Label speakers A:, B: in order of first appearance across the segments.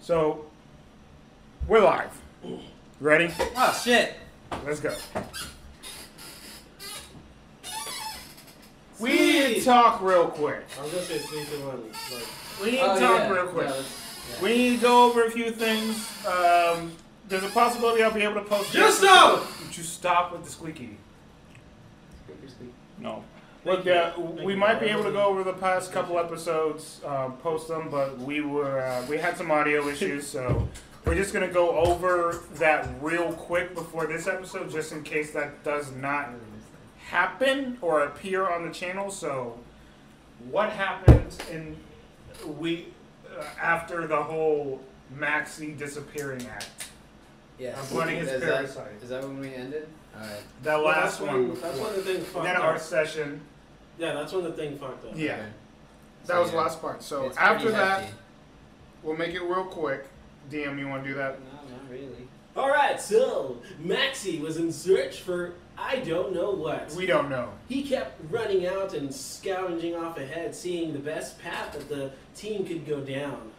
A: So we're live. Ready?
B: Oh shit!
A: Let's go. We
B: Sweet.
A: need to talk real quick.
C: I was gonna say sneak and run. Like,
A: We need to
B: Oh,
A: talk
B: yeah.
A: real quick.
B: Yeah,
A: We need to go over a few things. Um, there's a possibility I'll be able to post.
C: Just
A: this-
C: stop!
A: Would you stop with the squeaky? No.
C: Thank
A: Look, uh,
C: you. Thank
A: we
C: you.
A: might be able to go over the past couple episodes, uh, post them, but we were uh, we had some audio issues, so we're just gonna go over that real quick before this episode, just in case that does not happen or appear on the channel. So, what happened in we uh, after the whole Maxi disappearing act?
B: Yes.
A: I'm running his
B: is
A: parasite.
B: That, is that when we ended? All right.
A: That
C: Well,
A: last
C: that's when-
A: one,
C: That's when the thing
A: and
C: fucked
A: then
C: up.
A: our session.
C: yeah, that's when the thing fucked up.
A: Yeah,
B: Okay.
A: that
B: So,
A: was the
B: yeah.
A: last part. So
B: It's
A: after
B: pretty
A: that.
B: hefty.
A: We'll make it real quick. DM, you want to do that?
B: Oh, No, not really.
C: All right, so Maxie was in search for I don't know what.
A: We don't know.
C: He kept running out and scavenging off ahead, seeing the best path that the team could go down.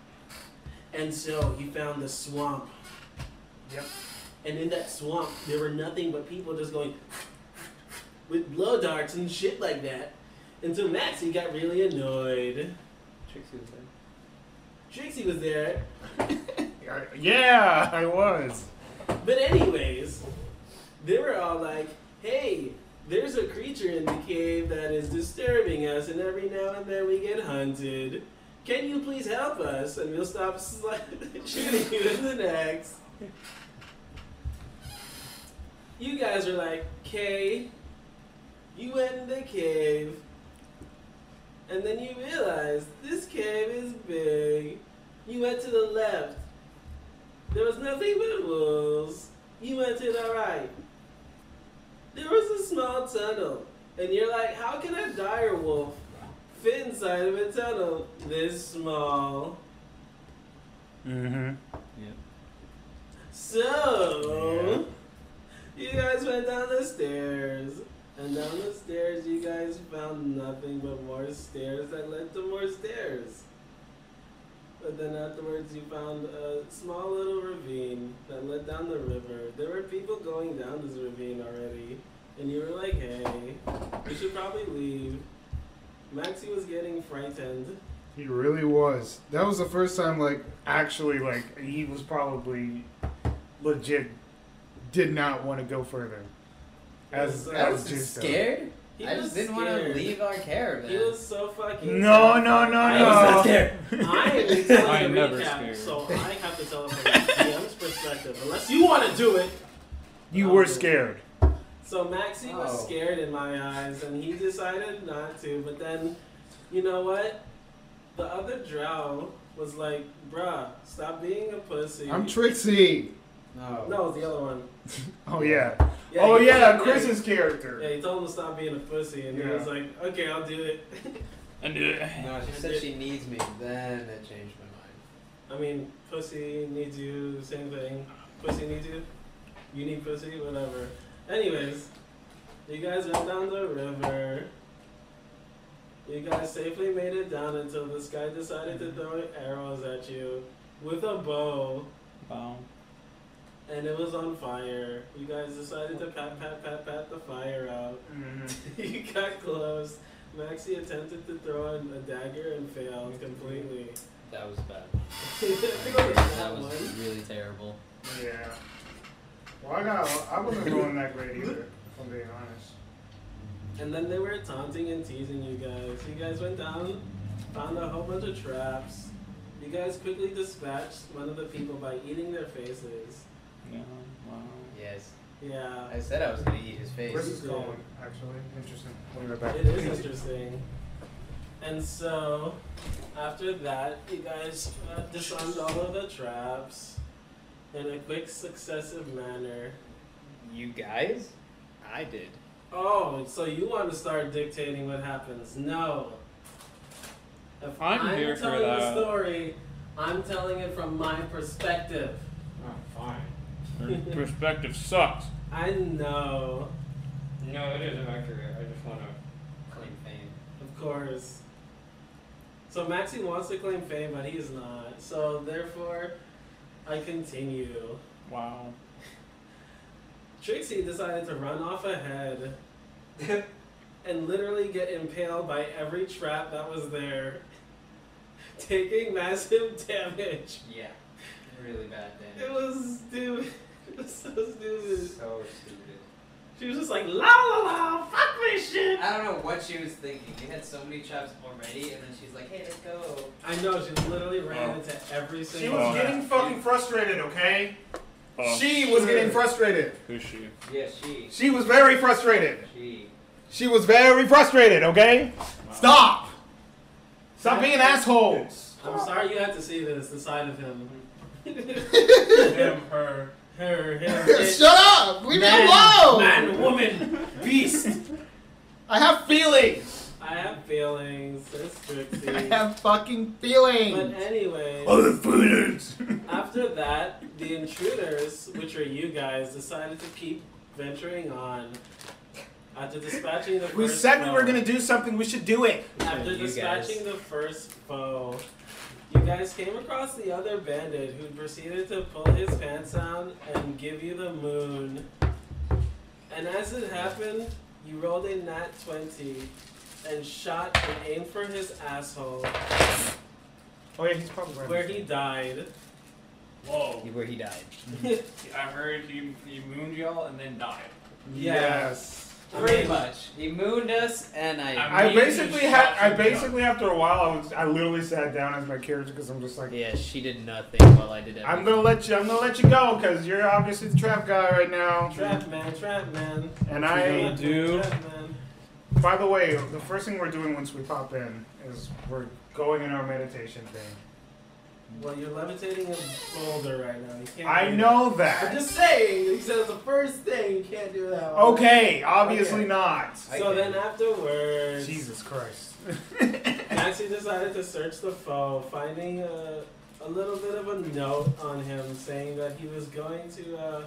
C: And so he found the swamp.
A: Yep.
C: And in that swamp, there were nothing but people just going with blow darts and shit like that. And so Maxie got really annoyed.
B: Trixie was there.
C: Trixie was there,
A: Yeah, I was.
C: But anyways, they were all like, "Hey, there's a creature in the cave that is disturbing us, and every now and then we get hunted. Can you please help us, and we'll stop sli- shooting you in the next." You guys are like, "Okay." You went in the cave, and then you realized this cave is big. You went to the left. There was nothing but walls. You went to the right. There was a small tunnel. And you're like, how can a dire wolf fit inside of a tunnel this small?
A: Mm-hmm.
C: So, you guys went down the stairs. And down the stairs, you guys found nothing but more stairs that led to more stairs. But then afterwards, you found a small little ravine that led down the river. There were people going down this ravine already. And you were like, hey, we should probably leave. Maxie was getting frightened.
A: He really was. That was the first time, like, actually, like, he was probably legit did not want to go further. As,
C: That
B: I
A: as
B: was
A: Justo.
B: scared.
C: He
B: I
C: was
B: just didn't want to
C: scared.
B: leave our caravan.
C: He was so fucking.
A: No,
C: sad.
A: no, no, no.
C: I was not there. I am
A: I
C: telling
D: I'm
C: the
D: never
C: recap,
D: scared.
C: so I have to tell it from the DM's perspective, unless you want to do it.
A: you were scared.
C: So Maxie was
B: Oh.
C: scared in my eyes, and he decided not to. But then, you know what? The other drow was like, "Bruh, stop being a pussy."
A: I'm Trixie.
B: no.
C: no, it was the other one.
A: Oh, yeah.
C: he
A: oh,
C: was
A: yeah,
C: like-
A: Chris's
C: Yeah,
A: character.
C: he told him to stop being a pussy, and he
A: Yeah.
C: was like, "Okay, I'll do it."
D: I knew it.
B: No, she said she needs me. Then it changed my mind.
C: I mean, pussy needs you, same thing. Pussy needs you. You need pussy, whatever. Anyways, you guys went down the river. You guys safely made it down until this guy decided to throw arrows at you with a bow,
D: Wow.
C: and it was on fire. You guys decided to pat, pat, pat, pat the fire out.
A: Mhm.
C: you got close. Maxie attempted to throw in a dagger and failed completely.
E: That was bad.
C: that
E: That was
C: one.
E: really terrible.
A: Yeah. Well, I, got, I wasn't going that great either, if I'm being honest.
C: And then they were taunting and teasing you guys. You guys went down, found a whole bunch of traps. You guys quickly dispatched one of the people by eating their faces.
D: Yeah. Wow.
E: Yes.
C: Yeah.
E: I said I was gonna eat his
A: Where's
E: face.
A: this going, actually? Interesting. We'll be right back.
C: It is interesting. And so, after that, you guys uh, disarmed all of the traps in a quick successive manner.
D: You guys? I did.
C: Oh, so you want to start dictating what happens? No. If
D: I'm here for
C: telling the
D: that.
C: story, I'm telling it from my perspective.
B: Oh, fine.
D: Perspective sucks.
C: I know,
E: No, it isn't accurate. I just wanna claim fame.
C: of course. So Maxie wants to claim fame, but he's not. So therefore, I continue.
D: Wow.
C: Trixie decided to run off ahead and literally get impaled by every trap that was there, taking massive damage.
B: Yeah. Really bad
C: It
B: damage.
C: was stupid. It was so stupid.
B: So stupid.
C: She was just like, la la la, fuck my shit.
B: I don't know what she was thinking. We had so many traps already, and then she's like, "Hey, let's go."
C: I know, she literally ran into every
A: She
C: single
A: was
D: Oh.
A: getting fucking frustrated, okay?
D: Oh,
A: She was getting frustrated.
D: who's she?
B: Yeah, she.
A: She was very frustrated.
B: She.
A: She was very frustrated, okay? Stop! Stop being assholes!
C: I'm sorry you had to see this, the side of him.
F: Him, her.
C: Her, him, it,
A: up! Leave
C: man, man, woman, beast.
A: I have feelings!
C: I have feelings. That's Trixie.
A: fucking
C: But
A: feelings!
C: anyway,
A: Other feelings!
C: after that, the intruders, which are you guys, decided to keep venturing on. After dispatching the
A: We
C: first
A: said we were
C: foe-
A: gonna do something, we should do it!
C: After
B: You guys.
C: dispatching the first foe, you guys came across the other bandit who proceeded to pull his pants down and give you the moon. And as it happened, you rolled a nat 20 and shot and aimed for his asshole,
A: Oh yeah, he's probably right.
C: where he died.
D: Whoa.
B: Where he died.
D: I heard he, he mooned y'all and then died.
A: Yes.
B: Pretty much. He mooned us, and I.
A: I
D: Maybe
A: basically
D: he
A: had.
D: shot
A: I
D: him
A: basically after a while, I was. I literally sat down as my character because I'm just like,
B: Yeah, she did nothing while I did
A: I'm gonna let you. I'm gonna let you go because you're obviously the trap guy right now.
C: Trap man, trap man.
A: And I.
D: Hey,
C: Trap man,
D: dude.
C: Trap man.
A: By the way, the first thing we're doing once we pop in is we're going in our meditation thing.
C: Well, you're levitating a boulder right now. You can't.
A: I
C: do
A: know
C: that. I'm
A: that.
C: just saying. You said it's the first thing. You can't do that. one.
A: Okay,
C: Oh,
A: obviously not.
B: I
C: So
B: can.
C: then afterwards,
A: Jesus Christ.
C: Maxie decided to search the foe, finding a, a little bit of a note on him saying that he was going to uh,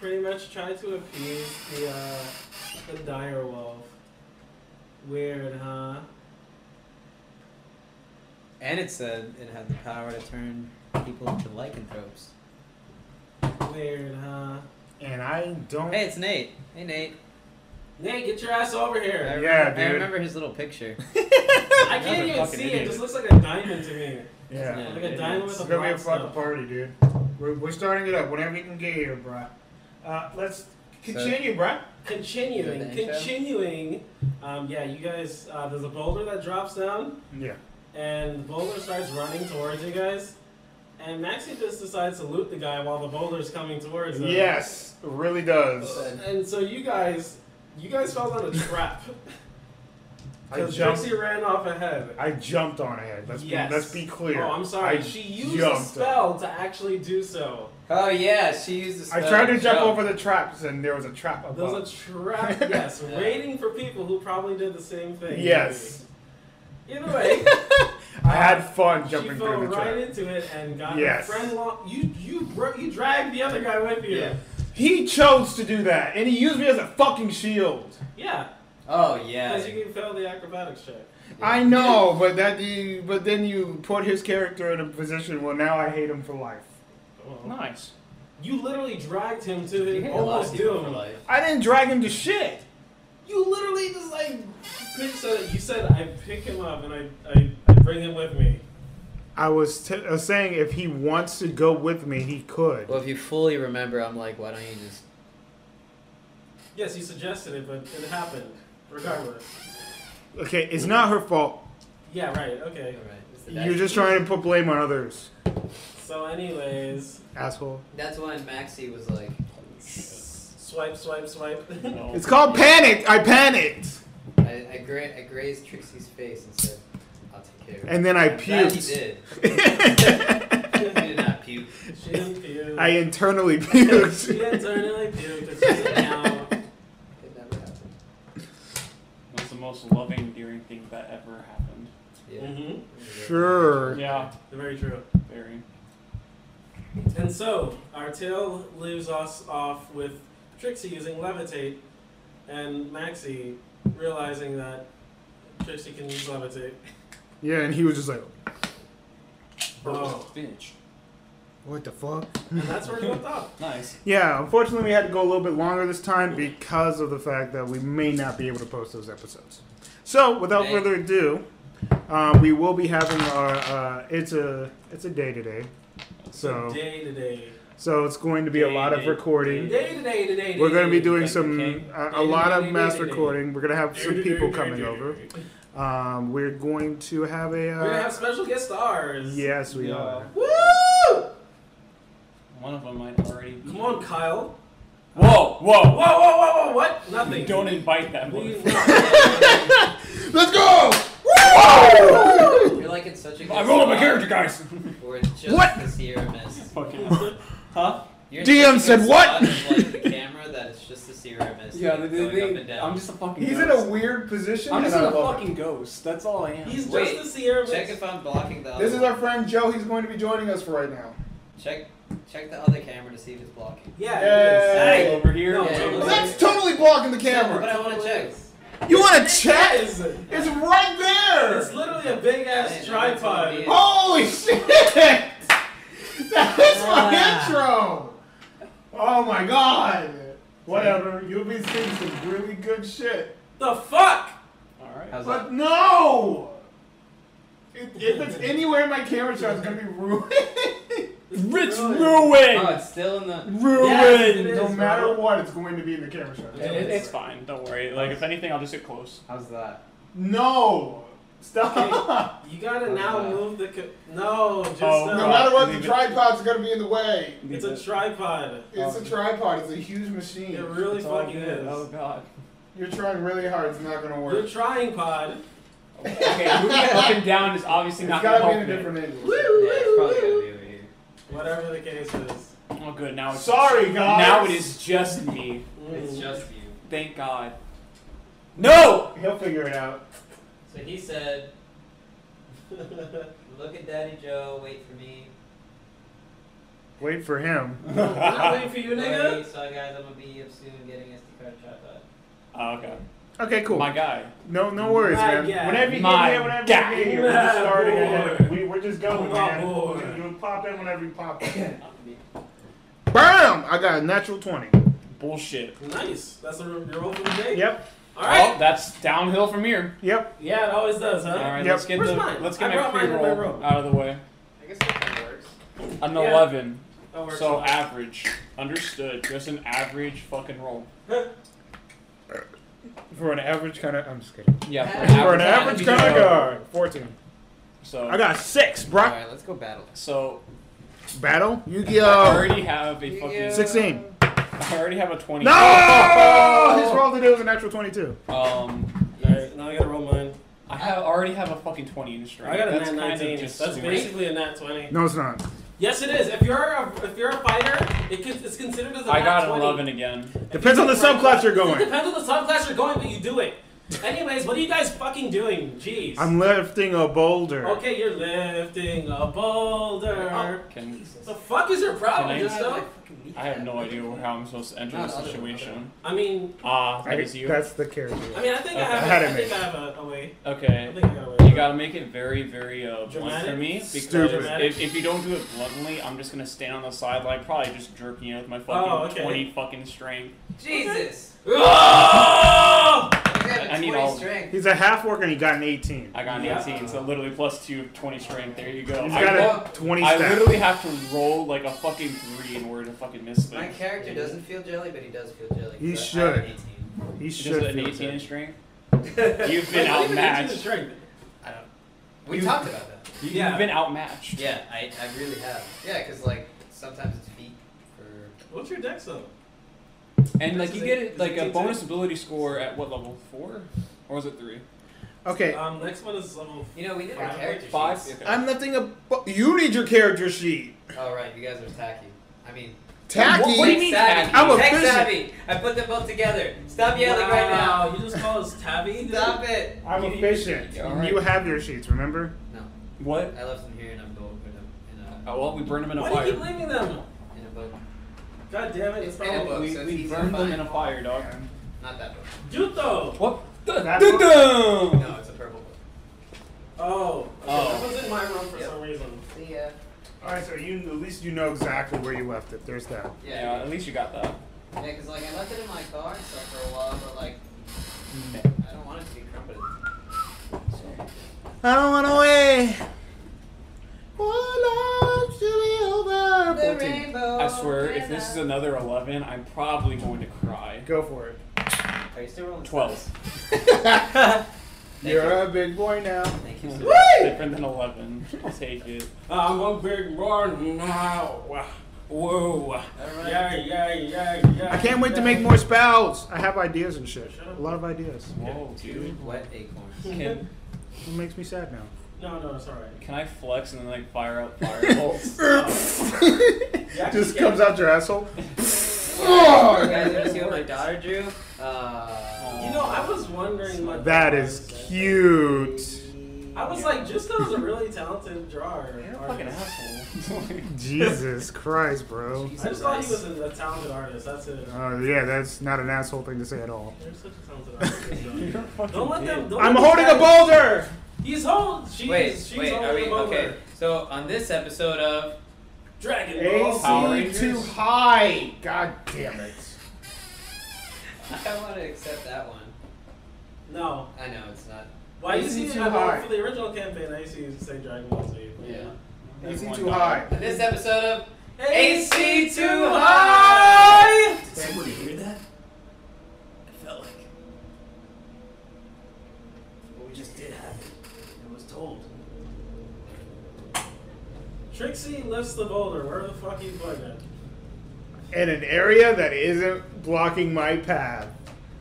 C: pretty much try to appease the uh, the dire wolf. Weird, huh?
B: And it said it had the power to turn people into lycanthropes.
C: Weird, huh?
A: And I don't.
B: Hey, it's Nate. Hey, Nate.
C: Nate, get your ass over
B: I
C: here!
B: remember,
A: Yeah,
B: I
A: dude.
B: remember his little picture.
C: I can't even
D: fucking
C: see it. It
D: idiot.
C: just looks like a diamond to me.
A: Yeah.
C: Like a diamond with
A: It's
C: a
A: gonna be a
C: black
A: fucking
C: stuff.
A: party, dude. We're, we're starting it up whenever you can get here, bruh. Uh, let's continue, bruh.
C: Continuing,
B: Is that the intro?
C: continuing. Um, yeah, you guys. Uh, there's a boulder that drops down.
A: Yeah.
C: and the boulder starts running towards you guys. And Maxie just decides to loot the guy while the boulder's coming towards him.
A: Yes, it really does.
C: And so you guys, you guys fell on a trap
A: I
C: because
A: jumped.
C: Trixie ran off ahead.
A: I jumped on ahead. Let's
C: Yes.
A: be let's be clear.
C: Oh, I'm sorry.
A: I
C: she used a
A: jumped.
C: spell to actually do so.
B: Oh yeah, she used the.
A: I
B: spell
A: tried to jump
B: jump.
A: over the traps, and there was a trap
C: There
A: above.
C: was a trap. Yes,
B: Yeah.
C: waiting for people who probably did the same thing.
A: yes,
C: Either way,
A: I had fun
C: she
A: jumping
C: fell
A: through the
C: right
A: trap.
C: into it and got
A: Yes.
C: her friend. Lo- you you bro- you dragged the other guy with you.
B: Yeah.
A: He chose to do that, and he used me as a fucking shield.
C: Yeah.
B: Oh yeah.
C: Because you can fail the acrobatics check.
B: Yeah.
A: I know, but that you, but then you put his character in a position where now I hate him for life.
D: Nice.
C: Oh, You literally dragged him to
B: You
C: the
B: hate a lot of
C: almost
B: people for
C: doom.
B: life.
A: I didn't drag him to shit.
C: You literally just like picked so you said I pick him up and I, I, I bring him with me.
A: I was, t- I was saying if he wants to go with me, he could.
B: Well, if you fully remember, I'm like, why don't you just?
C: Yes, you suggested it, but it happened. Regardless.
A: Okay, it's not her fault.
C: Yeah, right, okay.
B: All right.
A: You're just trying to put blame on others,
C: So anyways,
A: asshole.
B: That's when Maxie was like,
C: swipe, swipe, swipe.
D: No.
A: It's called panic. I panicked,
B: I, I, gra- I grazed Trixie's face and said, I'll take care of it.
A: and then I
B: I'm glad he
A: puked.
B: did. He did not puke.
C: she didn't puke.
A: I internally
C: she
A: puked.
C: internally puked and she's like, "Ow."
B: It never happened.
D: That's the most loving, endearing thing that ever happened.
B: Yeah.
C: Mhm.
A: Sure.
D: Yeah,
C: Very true.
D: very.
C: And so, our tale leaves us off with Trixie using levitate and Maxie realizing that Trixie can use levitate.
A: Yeah, and he was just like,
C: Oh.
D: Bitch.
A: What the fuck?
C: and that's where it left off.
D: Nice.
G: Yeah, unfortunately, we had to go a little bit longer this time because of the fact that we may not be able to post those episodes. So, without
B: May.
G: further ado, uh, we will be having our uh, it's a it's a day today, So-
C: day to day,
G: so it's going to be a lot of
C: day
G: recording.
C: to day to day.
G: We're going to be doing
D: Like the
G: some uh,
D: king.
G: a, a lot of mass recording. We're going to have some people coming over. Um, we're going to have a
C: We're gonna have
G: uh,
C: special guest stars.
G: yes, we
D: Yeah.
G: are.
C: Woo!
D: One of them might already.
C: Come on, Kyle.
D: Whoa!
C: Whoa,
D: Whoa!
C: whoa, whoa, whoa! Oh, What?
D: Whoa!
C: Nothing.
D: Don't invite that
C: We-
D: one.
A: Let's go!
B: You're like in such a good
E: I rolled up my
B: spot
E: character, guys.
B: where it's just
A: What?
B: the Sierra Mist.
D: Fucking. Huh?
B: You're in
A: DM
B: such a good
A: said what?
B: spot with, like the camera that it's just the Sierra Mist.
D: Yeah, they,
B: going
D: they,
B: up
D: they-
B: and down.
D: I'm just a fucking.
G: He's in
D: ghost.
G: a weird position.
D: I'm just
G: and
D: in
G: I
D: a
G: love it.
D: fucking ghost. That's all I am.
C: He's just
B: Wait,
C: the Sierra
B: Check
C: Mist.
B: if I'm blocking the other
G: This is
B: one.
G: our friend Joe. He's going to be joining us for right now.
B: Check check the other camera to see if it's blocking.
C: Yeah.
G: Yay.
C: it is.
D: Hey, over here.
C: No,
B: Yeah.
C: totally.
A: That's totally blocking the
B: But
A: camera.
B: I want to check.
A: You want to
C: That
A: check?
C: is.
A: It's right
C: It's
A: there.
C: literally a big ass
B: Man,
C: tripod.
B: that's all
A: Holy shit! That's my intro. Oh my god.
G: Whatever. You'll be seeing some really good shit.
C: The fuck?
D: Alright.
B: How's that?
A: But no. If if it's anywhere in my camera shot, it's gonna be ruined.
D: Rich
C: Ruined.
B: Oh,
D: ruin.
B: it's still in the.
D: Ruin.
C: Yes, it is,
G: No matter
C: bro.
G: what, it's going to be in the camera shot.
D: It- it- it's fine. Don't worry. Like if anything, I'll just get close.
B: How's that?
A: No. Stop.
C: You gotta now
B: Wow.
C: move the. Co- no, just
D: Oh,
C: no.
A: No matter what, the
D: Leave it.
A: tripod's gonna be in the way.
C: It's a tripod.
A: It's a tripod. It's a huge machine.
C: It really
D: It's all
C: fucking
D: good.
C: is.
D: Oh god.
A: You're trying really hard. It's not gonna
C: You're
A: work.
C: trying pod.
D: Okay, moving it up and down is obviously
A: It's
D: not gonna
A: gotta be
D: help
A: in a
D: me.
A: different angle.
B: Yeah, it's probably gonna be over here.
C: Whatever the case is.
D: Oh good. Now it's
A: Sorry, guys.
D: Now it is just me.
B: It's
C: Mm.
B: just you.
D: Thank God. No.
G: He'll figure it out.
B: So he said, "Look at Daddy Joe. Wait for me.
G: Wait for him.
C: I'm not
D: Oh,
C: waiting for you, nigga.
B: Alright, so guys, I'm gonna be up soon getting SD card shot.
D: Oh, okay.
G: Okay, cool.
D: My guy.
G: no, no worries,
C: My
G: man.
C: guy.
G: Whenever you
D: My
G: get here, whenever
D: guy.
G: you get here, we're just
C: My
G: starting.
C: boy.
G: ahead. We, we're just going,
C: My
G: man.
C: boy.
G: You pop in whenever you pop in.
B: But
G: Bam! I got a natural twenty.
D: Bullshit.
C: Nice. That's a your roll for the day.
G: Yep.
C: All right.
D: Oh, that's downhill from here.
A: Oh.
G: Yep.
C: Yeah, it always does, huh?
D: All right.
G: Yep.
D: Let's get
C: Where's
D: the
C: mine?
D: let's get
C: I
D: my
C: brought mine
D: free
C: in my
D: roll
C: room.
D: out of the way.
B: I guess it kind of works.
D: An
C: Yeah.
D: eleven.
C: That works.
D: So average. Understood. Just an average fucking roll.
G: For an average kind of, I'm just kidding.
D: Yeah.
G: For an average
B: average
G: kind
B: kinda
G: of
B: guy.
G: guard, fourteen.
D: So
G: I got six,
B: All
G: bro.
B: right, let's go battle.
D: so
G: Battle?
D: I
G: Yu-Gi-Oh.
D: already have a fucking.
G: Sixteen.
D: I already have a twenty.
G: No! His roll today was a natural twenty-two.
D: Um,
C: All right. Now I gotta roll mine.
D: I have already have a fucking twenty in strength.
C: I got a
D: That's
C: nat
D: kind of
C: 19.
D: just
C: That's
D: straight.
C: basically a nat 20.
G: No, it's not.
C: Yes, it is. If you're a, if you're a fighter, it can, it's considered as a
D: I
C: nat
D: got an
C: 20.
D: eleven again.
G: Depends on the subclass you're
C: It
G: going.
C: depends on the subclass you're going, but you do it. Anyways, what are you guys fucking doing? Jeez.
G: I'm lifting a boulder.
C: okay, you're lifting a boulder.
D: Can
C: The fuck is your problem,
D: Oh. Can I-
C: just though?
D: I have no idea how I'm supposed to enter
B: No,
D: this
B: no, no, no.
D: situation.
C: I mean,
D: Ah,
G: I-
D: that is you.
G: That's the character.
C: I mean, I think I
D: Okay.
C: have.
G: I had
C: a-
G: it
C: I think
G: made.
C: I have a, a way. I
D: Okay.
C: think I got a way.
D: You gotta make it very, very uh, blunt for
C: Dramatic?
D: me because
G: Stupid.
D: if, if you don't do it bluntly, I'm just gonna stand on the sideline, probably just jerking you with my fucking
C: Oh, okay.
D: twenty fucking strength.
B: Jesus!
C: Oh!
B: I got a
D: I need
B: 20
D: all-
B: strength.
G: He's a half work and he got an 18.
D: I got an
C: Yeah.
D: 18, so literally plus two, 20 strength. There you go.
G: He's
D: I
G: got
D: roll-
G: a 20
D: I
G: stat.
D: literally have to roll like a fucking three in order to fucking miss
B: My
D: things.
B: character doesn't feel jelly, but he does feel jelly.
G: He
B: 'cause I have an
G: should.
B: 18.
G: he
D: Just
G: should.
D: an
G: feel
D: 18
G: good.
D: in strength.
C: Wait,
D: You've been
C: what even gives you the
D: outmatched.
C: strength?
B: I don't. We
D: You-
B: talked about that.
D: You-
C: Yeah.
D: You've been outmatched.
B: Yeah, I, I really have. Yeah, because like sometimes it's feet for
C: What's your dex though?
D: And like
C: This
D: you
C: is
D: get
C: a-
D: it like
C: this is
D: a
C: a
D: bonus ability score at what level? Four? Or was it three?
G: Okay.
C: Um, next one is level.
B: You know, we did our
C: Five?
B: character
D: Five?
B: sheets.
D: Okay.
A: I'm lifting a.
G: But you need your character sheet.
B: Oh, right, you guys are tacky. I mean,
A: Tacky.
D: What- what do you mean
B: savvy.
D: tacky?
G: I'm a
B: tech
G: fishy-
B: savvy. I put them both together. Stop yelling right now.
C: Wow, You just call us Tabby.
B: Stop it.
G: I'm
D: You-
G: efficient.
D: you- alright.
G: You have your sheets, remember?
B: No,
D: What?
B: I left them here and I'm going to put them in a
D: Oh well, we burned them in a
C: Why do
D: fire.
C: you keep leaving them?
B: in a book.
C: God damn it!
B: It's
C: It's
B: in a
C: probably
B: book,
D: we
B: Oh, so it's
D: we
B: easy to
D: burned them
B: find.
D: in a fire, dog.
B: Not that book.
C: Juto.
D: What? the
G: That
D: dun-
G: one?
D: dun!
B: No, it's a purple book.
C: Oh, okay,
D: Oh.
C: that was in my room for
B: Yep.
C: some reason.
B: See ya.
G: All right, so you at least you know exactly where you left it. There's that.
D: Yeah,
B: Yeah.
D: at least you got that.
B: Yeah, because like I left it in my car and stuff for a while, but like I don't want it to be crumpled. So
H: I don't want to wait. One life to be
B: the
H: over. 14.
B: rainbow.
D: I swear, if this is another 11, I'm probably going to cry.
A: Go for it.
B: Are you still rolling?
D: 12.
A: You're a big boy now.
B: Thank you. Sue.
D: It's different than 11. I'll take it.
C: Uh, I'm a big born now.
D: Whoa.
B: All right.
C: Yeah, yeah, yeah, yeah.
A: I can't wait to
C: yeah.
A: make more spells. I have ideas and shit. A lot of ideas.
D: Whoa, dude.
B: Dude, what acorns?
C: Mm-hmm.
D: Can,
A: It makes me sad now.
C: No, no, it's alright.
D: can I flex and then, like, fire Oh. out fireballs?
A: Just comes out your asshole.
B: you guys ever see what my daughter drew? Uh,
C: You know, I was wondering what
G: That is cute.
C: I was like, Justo is a really talented drawer.
D: You're a fucking
C: artist.
D: asshole.
G: Jesus Christ, bro.
C: I just thought he was a, a talented artist. That's it.
G: Uh, yeah, that's not an asshole thing to say at all.
C: You're such a talented artist. Justo.
D: You're a fucking
C: Don't let
D: dick.
C: them. Don't
A: I'm
C: let these
A: holding a
C: guys-
A: boulder.
C: He's holding. She's,
B: wait,
C: she's
B: wait,
C: holding
B: are we
C: a boulder.
B: okay? So on this episode of
C: Dragon Ball
D: Power
A: AC
D: Rangers.
A: too high. God damn it.
B: I want to accept that one.
C: No.
B: I know it's not.
C: Why you
A: AC
C: see
A: too
C: I
A: high.
C: know for the original campaign? I used to say Dragon Ball Z. but
B: Yeah.
D: That's
A: AC
D: one
A: too
D: dollar.
A: high.
B: On this episode of
C: AC too
B: high.
C: high.
B: Someone hear that? I felt like what we just did happen. It was told.
C: Trixie lifts the boulder. Where the fuck you put it?
A: In an area that isn't blocking my path.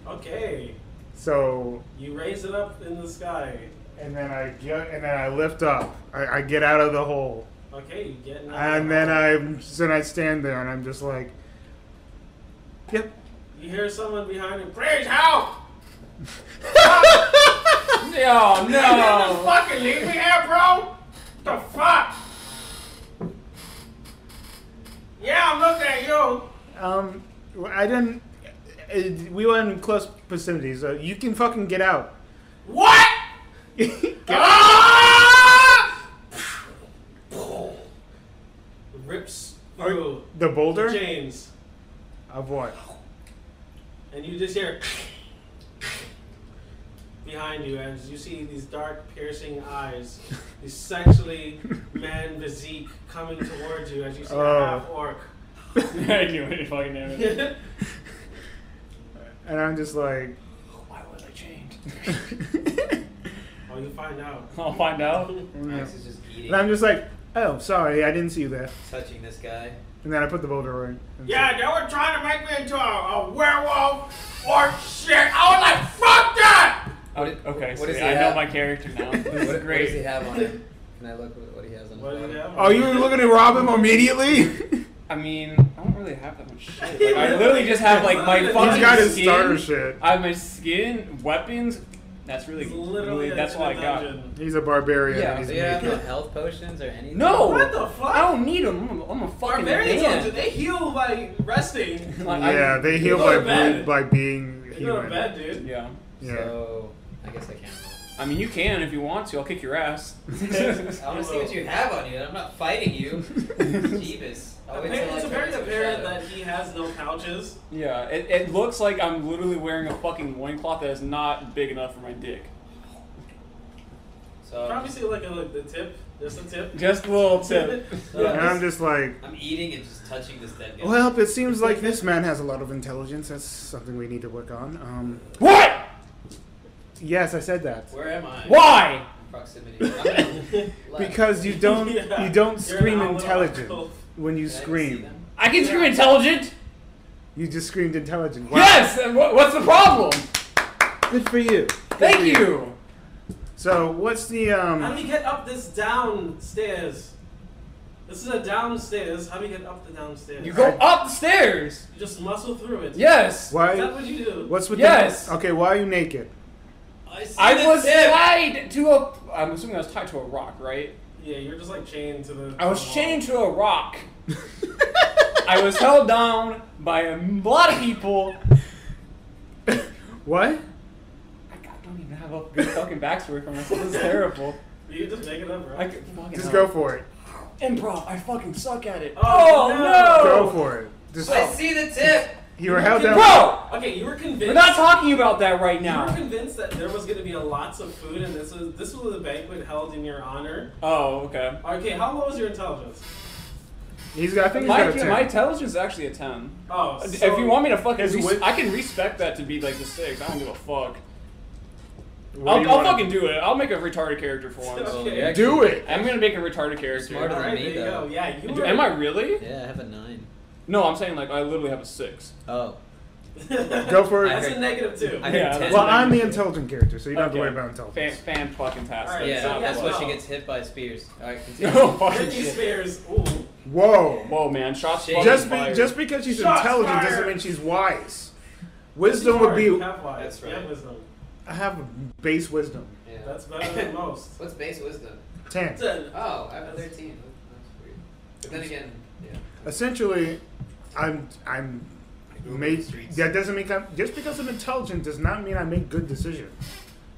C: Okay.
A: So,
C: You raise it up in the sky.
A: and then I get, and then I lift up. I, I get out of the hole,
C: Okay, you get.
A: and then I'm, then I stand there, and I'm just like, yep.
C: You hear someone behind him. Praise help!
D: No, no.
A: fucking leave me here, bro. The fuck.
C: Yeah, I'm looking at you.
A: Um, I didn't. uh, We were in close vicinity, so you can fucking get out.
C: What?
A: Get-
C: Ah! Rips through
A: The boulder
C: James,
A: of what?
C: and you just hear behind you as you see these dark, piercing eyes, these sexually man physique coming towards you as you see
A: Oh.
C: a half orc. Oh,
D: I knew it. Fucking damn it.
A: And I'm just like,
D: Why was I chained?
C: oh, you find out.
D: I'll find out.
B: Max is just eating,
A: and I'm just like, oh, sorry, I didn't see you there.
B: touching this guy.
A: And then I put the boulder away. And
C: Yeah, they were trying to make me into a, a werewolf or shit. I was like, fuck that!
B: What
D: Oh,
B: did-
D: okay,
B: what
D: so
B: does he
D: I know
B: have?
D: my character now. This
B: What,
D: is
B: what does he
D: great.
B: have on him? Can I look what- what he has on his
C: What did
B: body?
C: you have?
A: so- oh, you were looking to rob him immediately? He's
D: I mean, I don't really have that much shit. Like, I literally just have like my
C: He's
D: fucking
A: got his
D: skin.
A: starter shit.
D: I have my skin, weapons. That's really,
C: It's literally
D: really that's
C: a
D: all I got.
C: dungeon.
A: He's a barbarian.
D: Yeah,
A: and he's
B: So you have no
A: naked.
B: health potions or anything?
D: No,
C: What the fuck?
D: I don't need them. I'm a, I'm a Oh. fucking
C: Barbarians,
D: man.
C: they heal by resting.
D: Like, I-
A: yeah, they heal
C: go
A: by,
C: to bed.
A: bre- by being
C: You go to
A: human.
C: bed, dude.
D: Yeah.
A: Yeah.
B: So I guess I can't. roll.
D: I mean, you can if you want to. I'll kick your ass.
B: I want to see what you have on you. I'm not fighting you. Jeebus. I'll wait till I
C: It's
B: turn
C: apparent
B: into a
C: apparent
B: shadow.
C: that he has no pouches.
D: yeah, it, it looks like I'm literally wearing a fucking loincloth that is not big enough for my dick.
B: So I'm,
C: Probably see like a like, the tip, just a tip.
D: Just a little tip.
B: Yeah.
A: And I'm just like,
B: I'm eating and just touching this dead guy.
A: well, it seems like this man has a lot of intelligence. That's something we need to work on. Um,
D: what?
A: yes, I said that.
B: Where am I?
D: Why?
B: In proximity. I'm gonna left.
A: Because you don't
C: Yeah.
A: you don't
C: You're
A: scream
C: an
A: intelligent
C: owl.
A: when you
B: Can I just see
A: scream.
B: them?
D: I can scream intelligent.
A: You just screamed intelligent.
D: Yes. And wha- what's the problem?
A: Good for you.
D: Thank you.
A: So what's the
C: How
A: um?
C: do we get up this downstairs? This is a downstairs. How do we get up the downstairs?
D: You go up the stairs.
C: You just muscle through it.
D: Yes.
C: Is that
A: Why?
C: what you do?
A: What's with
D: Yes.
A: the? Okay, why are you naked?
B: I, see
D: I
B: the
D: was
B: tip.
D: tied to a. I'm assuming I was tied to a rock, right?
C: Yeah, you're just like chained to the.
D: I was
C: to the
D: chained to a rock. I was held down by a lot of people.
A: What?
D: I God, don't even have a good fucking backstory for myself. This is terrible.
C: wall. You just make it up, bro.
D: I could fucking
A: Just
D: hell.
A: go for it.
D: Improv. I fucking suck at it.
C: Oh, no.
A: Go for it. Just,
B: I see the tip.
A: you were held down.
D: Bro,
C: Okay, you were convinced.
D: we're not talking about that right
C: You were
D: now.
C: convinced that there was going to be a lots of food, and this was this was a banquet held in your honor.
D: Oh, okay.
C: Okay, how low is your intelligence?
A: He's got. I think he's
D: My,
A: got a ten.
D: my intelligence is actually a ten.
C: Oh, so
D: if you want me to fucking,
A: His
D: res-
A: wit-
D: I can respect that to be like the six. I don't give a fuck.
A: What do
D: I'll,
A: you
D: I'll
A: wanna-
D: fucking do it. I'll make a retarded character for once.
C: Okay.
B: yeah.
A: do it.
D: I'm gonna make a retarded character.
B: Smarter.
C: All right, there you go.
B: Though.
C: Yeah, you were.
D: Am I really?
B: Yeah, I have a nine.
D: No, I'm saying like I literally have a six.
B: Oh.
A: Go for it.
C: That's a negative two.
B: I had
D: Yeah,
B: ten.
D: that's-
A: Well, I'm the intelligent character, so you don't have to
D: Okay.
A: worry about
D: Fan,
A: intelligence.
D: fan fucking
C: All
D: tastic.
C: right,
B: yeah,
C: so
B: that's
C: yeah,
B: why she
C: well.
B: gets hit by spears. All right, continue.
D: No fucking
C: Britney
D: shit.
C: Spears. Ooh.
A: Whoa.
D: Whoa, man, shots
B: Shit.
D: fucking
A: Just be,
D: fired.
A: just because she's
C: Shots
A: intelligent
C: fired.
A: doesn't mean she's wise.
C: She's
A: Wisdom would
C: smart,
A: be.
C: half wise.
B: That's right.
C: Yeah, wisdom.
A: I have base wisdom.
B: Yeah.
C: That's better than most.
B: What's base wisdom?
A: Ten.
C: Ten.
B: Oh, I have a thirteen. That's weird. But then again, yeah.
A: Essentially, I'm I'm made. That doesn't mean I'm, just because I'm intelligent does not mean I make good decisions.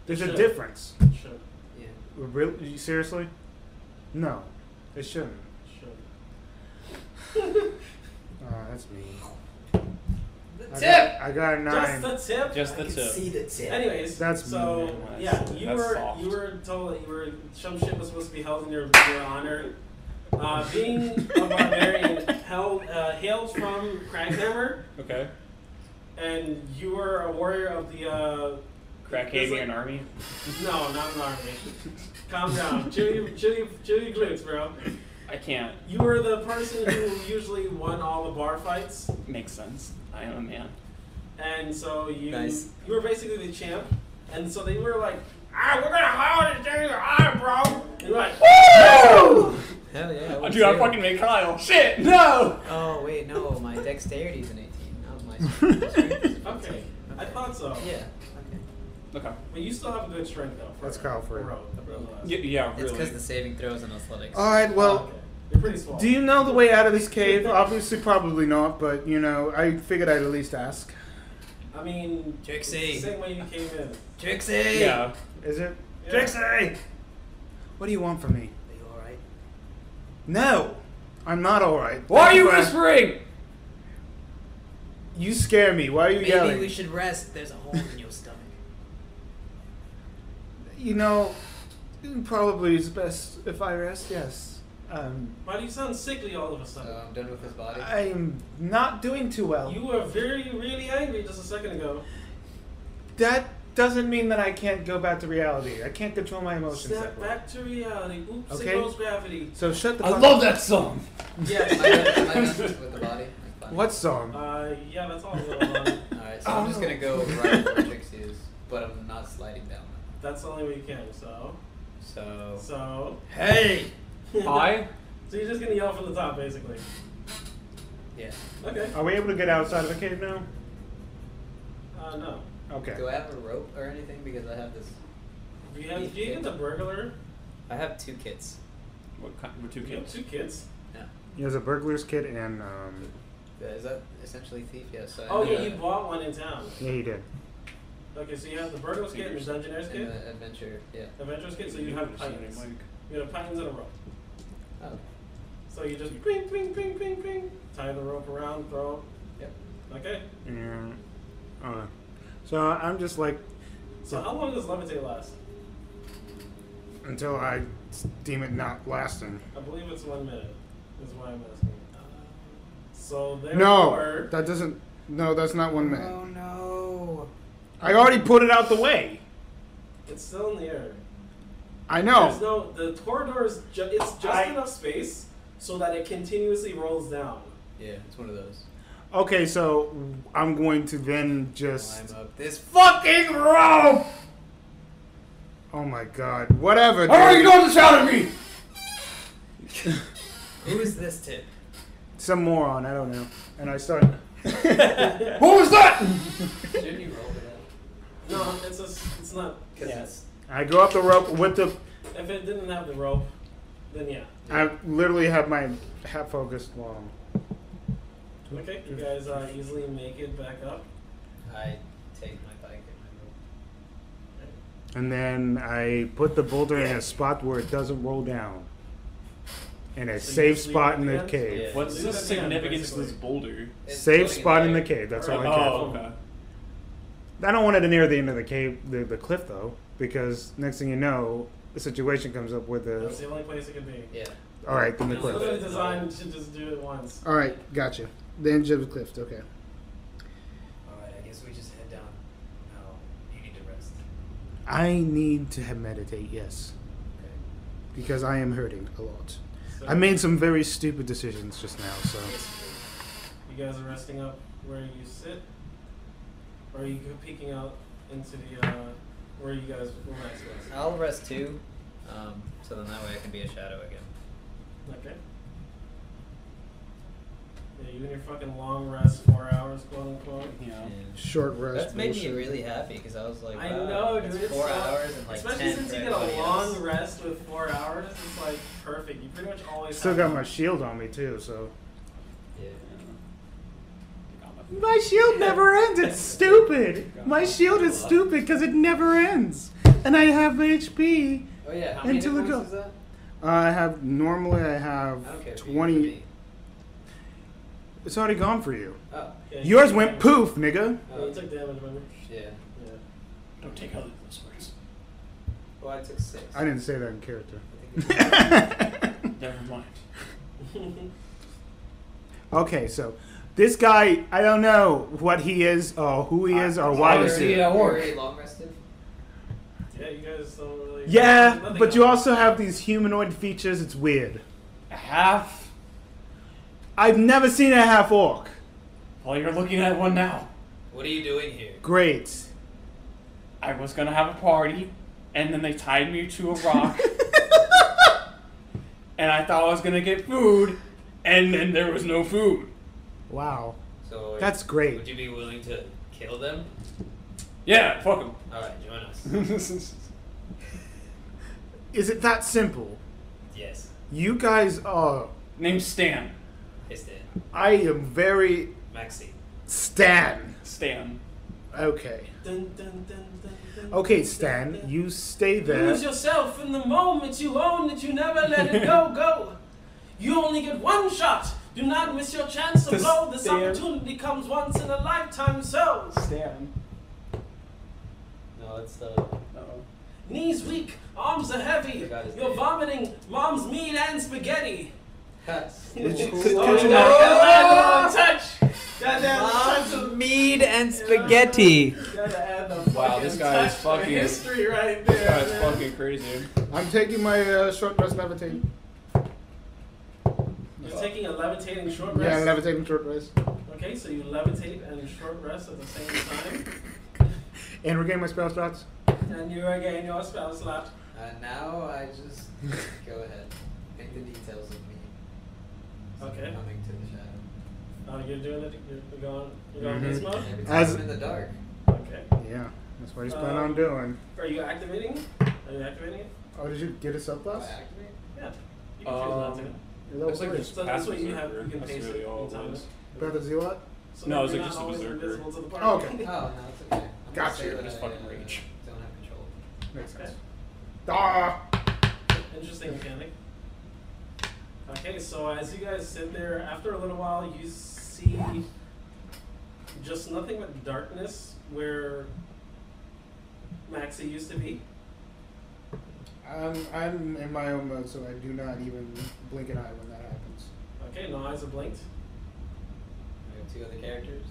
A: There's a
C: Sure.
A: difference.
C: Sure,
B: Yeah.
A: Really? Seriously? No, it shouldn't.
C: sure.
A: Uh, that's me.
B: The
A: I
B: tip.
A: got, I got a nine.
C: Just the tip.
D: Just the
B: I can
D: tip.
B: see the tip.
C: Anyways,
A: That's
C: so
A: mean,
D: man.
C: yeah,
D: That's-
C: you
D: that's
C: were
D: soft.
C: you were told that you were some shit was supposed to be held in your, your honor. Uh, being a barbarian held uh, hails from Crackhammer,
D: okay.
C: and you were a warrior of the uh,
D: Crack
C: Is
D: Avian
C: it-
D: Army.
C: no, not an army. Calm down, chili chili chili glutes, bro.
D: I can't.
C: You were the person who usually won all the bar fights,
D: Makes sense. I am a man.
C: and so you
B: Nice.
C: you were basically the champ. And so they were like, ah, we're gonna hold it during your honor, bro. And you're like,
B: Hell yeah.
D: Oh,
B: what's
D: dude, I
B: your-
D: fucking made Kyle. Shit, no.
B: Oh wait, no, my dexterity's an eighteen. Not my strength is an
C: Okay,
B: 18.
C: I thought so.
B: Yeah. Okay.
D: Okay.
C: But you still have a good strength though.
A: Let's call for it.
C: rogue, I realize.
D: Y- yeah,
B: It's
D: really.
B: because the saving throws and athletics.
A: All right. Well,
C: uh, Okay. You're pretty small.
A: do you know the way out of this cave? Obviously, probably not. But you know, I figured I'd at least ask.
C: I mean,
B: Trixie.
C: same way you came in.
B: Trixie.
D: yeah.
A: Is it?
C: Yeah.
A: Trixie! What do you want from me?
B: Are you all right?
A: No, I'm not all right.
D: Why are you
A: But-
D: whispering?
A: You scare me. Why are you
B: Maybe
A: yelling?
B: we should rest. There's a hole in your stomach.
A: You know, probably it's best if I rest. Yes. Um,
C: Why do you sound sickly all of a sudden?
B: Um, I'm done with his body.
A: I am not doing too well.
C: you were very, really angry just a second ago.
A: That doesn't mean that I can't go back to reality. I can't control my emotions.
C: Step
A: that way.
C: back to reality. Oops,
A: Okay.
C: it goes gravity.
A: So shut the.
D: I
A: fuck
D: love
A: up.
D: that song.
B: Am I done- am I done with the body? Like, fine.
A: What song?
C: Uh, yeah, that's all. Uh,
B: Alright, so I'm just gonna go right where Trixie is, but I'm not sliding down.
C: that's the only way you can. So,
B: So.
C: so.
B: Hey!
D: Hi.
C: so you're just gonna yell from the top, basically.
B: Yeah.
C: Okay.
A: Are we able to get outside of the cave now?
C: Uh, no.
A: Okay.
B: Do I have a rope or anything? Because I have this.
C: Do you have? Do you get the burglar?
B: I have two kits.
D: What kind? We're two
C: You have
D: kids.
C: two kids.
B: Yeah.
A: There's a burglar's kid and um,
B: Is that essentially thief? Yes. Yeah, so I
C: Oh
B: have
C: yeah,
B: a-
C: you bought one in town.
A: yeah, he did.
C: Okay, so you have the burglar's kit and the dungeoneer's
B: and
C: kit,
B: the adventure. Yeah.
C: the adventurer's kit, so you have pythons. You have pythons in a rope.
B: Oh.
C: So you just ping, ping, ping, ping, ping. Tie the rope around, throw.
B: Yep.
C: Okay.
A: And uh, so I'm just like
C: So how long does levitate last?
A: until I deem it not lasting.
C: I believe it's one minute. Is why I'm asking. So
A: No,
C: therefore,
A: that doesn't. No, that's not one minute.
B: no.
A: I already put it out the way.
C: it's still in the air.
A: I
C: There's
A: know.
C: no the corridor is ju- it's just
A: I-
C: enough space so that it continuously rolls down.
B: Yeah, it's one of those.
A: Okay, so I'm going to then just.
B: Climb up this.
A: Fucking rope! Oh my god. Whatever.
D: How are you
A: dude.
D: going to shout at me?
B: Who is this tip?
A: Some moron, I don't know. And I start.
D: What was that?
B: Shouldn't you roll it
C: No, it's just, it's not.
B: out?
C: Yeah.
A: I go up the rope with the.
C: If it didn't have the rope, then yeah.
A: I literally have my half focused long.
C: Okay, you guys uh, easily make it back up.
B: I take my bike and
A: And then I put the boulder in a spot where it doesn't roll down. in a
C: So you
A: safe
C: just
A: spot in
C: leave it
A: the
C: again?
A: cave.
B: Yeah.
D: What's the
C: Leave it again,
D: significance of this
C: basically.
D: boulder?
B: It's
A: Safe
B: floating
A: spot in
B: there.
A: the cave. That's all I care.
D: Oh, okay.
A: I don't want it near the end of the cave, the, the cliff though, because next thing you know, a situation comes up with
C: That's
A: the.
C: the only place it could be.
B: Yeah.
A: All right, then the
C: It's literally
A: cliff.
C: designed to just do it once.
H: All right, gotcha. The end of the cliff. Okay.
B: Alright, I guess we just head down. No, you need to rest.
H: I need to have meditate. Yes,
B: Okay.
H: because I am hurting a lot.
C: So
H: I made some very stupid decisions just now. So
B: Yes,
C: You guys are resting up where you sit, or are you peeking out into the uh, where you guys were last
B: please.
C: resting?
B: I'll rest too, um, so then that way I can be a shadow again.
C: Okay. Yeah, you and your fucking long rest, four hours, quote unquote.
D: Yeah.
B: And
H: short rest.
B: That's made me
H: bullshit.
B: really happy because I was like,
C: I
B: wow,
C: know, dude.
B: It's four
C: so-
B: hours and like
C: especially
B: ten
C: since
B: for
C: you get a
B: everybody
C: long
B: else.
C: rest with four hours, it's like perfect. You pretty much always
A: Still
C: have
A: got my shield on me too, so.
B: Yeah.
A: My shield never ends. It's stupid. My shield is stupid because it never ends, and I have HP.
B: Oh yeah. How
A: Into the
B: many
A: go-
B: points is that?
A: I have normally I
B: I don't
A: have
B: care. if you use
A: twenty.
B: me.
A: It's already gone for you.
B: Oh.
C: Yeah, you
A: Yours
C: took
A: went
C: damage.
A: poof, nigga.
C: Yeah, you took damage, remember?
B: Yeah.
C: Yeah.
D: Don't take other people's words.
B: Well, Oh, I took six.
A: I didn't say that in character.
B: I think it was-
D: Never mind.
A: okay, so this guy, I don't know what he is, or who he is, or Oh, why he's
B: Very-
A: here.
B: very long rested.
C: yeah, you guys don't really.
A: Yeah,
C: nothing
A: but you
C: else.
A: also have these humanoid features. It's weird.
D: Half.
A: I've never seen a half orc.
D: Well, you're looking at one now.
B: What are you doing here?
A: Great.
D: I was gonna have a party, and then they tied me to a rock, and I thought I was gonna get food, and then there was no food.
A: Wow,
B: So like,
A: that's
B: Would
A: great.
B: you be willing to kill them?
D: Yeah, fuck
B: All right, join us.
D: them.
A: Is it that simple?
B: yes,
A: You guys are.
D: Name's Stan.
B: it's dead.
A: I am very
B: Maxi.
A: Stan.
D: Stan.
A: Okay.
C: Dun, dun, dun, dun, dun,
A: Okay,
C: dun,
A: Stan,
C: dun.
A: you stay there.
C: Lose yourself in the moment you own it. You never let it go, go. You only get one shot. Do not miss your chance to
D: This
C: blow. This
D: damn-
C: opportunity comes once in a lifetime, so.
D: Stan.
B: No, it's the.
D: Uh-oh.
C: Knees weak, arms are heavy.
B: Forgot his
C: You're
B: name.
C: vomiting mom's meat and spaghetti. Oh,
B: Could you
C: not?
B: not-
C: touch. Gotta add
B: Lots
C: the touch.
B: of mead and
C: spaghetti. Gotta add the
D: Wow,
C: fucking
D: this guy is
C: touch to
D: fucking-
C: history right there.
D: That's
C: man.
D: fucking crazy.
H: I'm taking my uh, short rest levitating.
C: You're taking a levitating short
H: Yeah,
C: rest.
H: levitating short rest.
C: okay, so you levitate and short rest at the same time.
A: And regain my spell slots.
C: And you again, your spell slot.
B: And Uh, now I just go ahead. Make the details of me
C: Okay.
B: coming to the shadow.
C: Oh, you're doing it. You're you're going. You're going this mode.
B: Every
D: Mm-hmm.
B: time
A: As-
B: I'm in the dark.
C: Okay.
A: Yeah, that's what
C: Uh,
A: he's planning on doing.
C: Are you activating? Are you activating it?
A: Oh, did you get a sub
B: Do I
A: class?
B: activate?
C: Yeah. You can choose not to.
D: Um,
A: You're level
D: Looks like
A: three.
D: there's-
C: So that's what you have.
D: Berserker.
C: You can
D: That's
C: paste
D: really
C: it
D: all
C: and
D: it
C: time
D: was.
C: it.
A: Breath of Zealot?
C: So
D: No, it's
C: you're
D: like
C: not
D: just a
C: always
D: berserker.
C: invisible to the party.
A: Oh, okay.
B: Oh, no, it's okay. I'm gonna
A: Gotcha.
B: say that
D: Just
B: I,
D: fucking
B: uh,
D: rage.
B: Don't have control.
A: Makes sense.
C: Okay.
A: Ah!
C: Interesting mechanic. Okay, so as you guys sit there, after a little while, you see just nothing but darkness where Maxie used to be.
H: I'm I'm in my own mode, so I do not even blink an eye when that happens.
C: Okay, no eyes are blinked.
B: We have two other characters.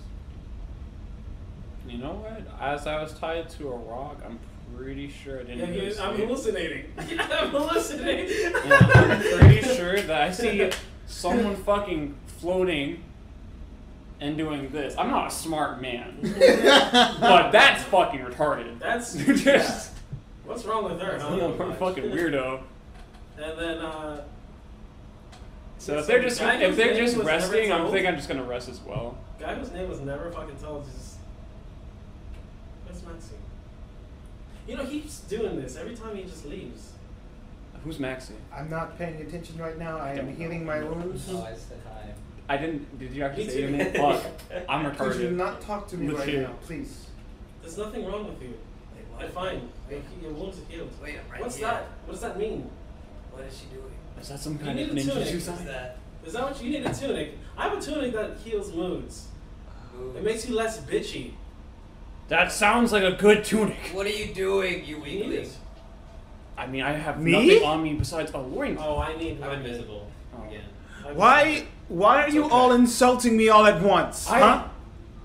D: You know what? As I was tied to a rock, I'm pretty sure I didn't.
C: Yeah, you-
D: really
C: I'm
D: see it.
C: hallucinating. I'm hallucinating.
D: Yeah, I'm pretty sure that I see someone fucking floating and doing this. I'm not a smart man, but that's fucking retarded.
C: That's
D: just
C: what's wrong with her?
D: I'm
C: huh?
D: a fucking weirdo.
C: And then uh,
D: So if they're just
C: Guy
D: if
C: whose
D: they're
C: name
D: just
C: was never
D: resting, I'm
C: told.
D: think I'm just gonna rest as well.
C: guy whose name was never fucking told is just that's Maxie. You know he keeps doing this every time he just leaves.
D: Who's Maxie?
A: I'm not paying attention right now. I
D: Don't
A: am healing my
D: know.
A: wounds.
B: Oh, I said hi.
D: I didn't. Did you actually
C: Me
D: say your
C: too.
D: name? Fuck. I'm
A: Could you
D: retarded.
A: not talk to me
D: Let's
A: right
D: hear.
A: now, please?
C: There's nothing wrong with you.
B: Wait,
C: You're fine. Your, your wounds are healed.
B: Wait, I'm right
C: What's
B: here.
C: that? What does that mean?
B: What is she doing?
D: Is that some
C: You
D: kind
C: need
D: of
C: a tunic.
D: ninja
C: Is
D: suicide?
C: that? Is that what you you need? A tunic. I have a tunic that heals wounds. It makes you less bitchy.
D: That sounds like a good tunic.
B: What are you doing, you
C: You need
B: weakling?
C: it.
D: I mean, I have
A: Me?
D: nothing on me besides a loincloth.
C: Oh, I need.
B: I'm
C: mine.
B: invisible
D: Oh.
B: again.
C: I'm-
A: Why? Why are you
B: okay.
A: all insulting me all at once?
D: I-
A: huh?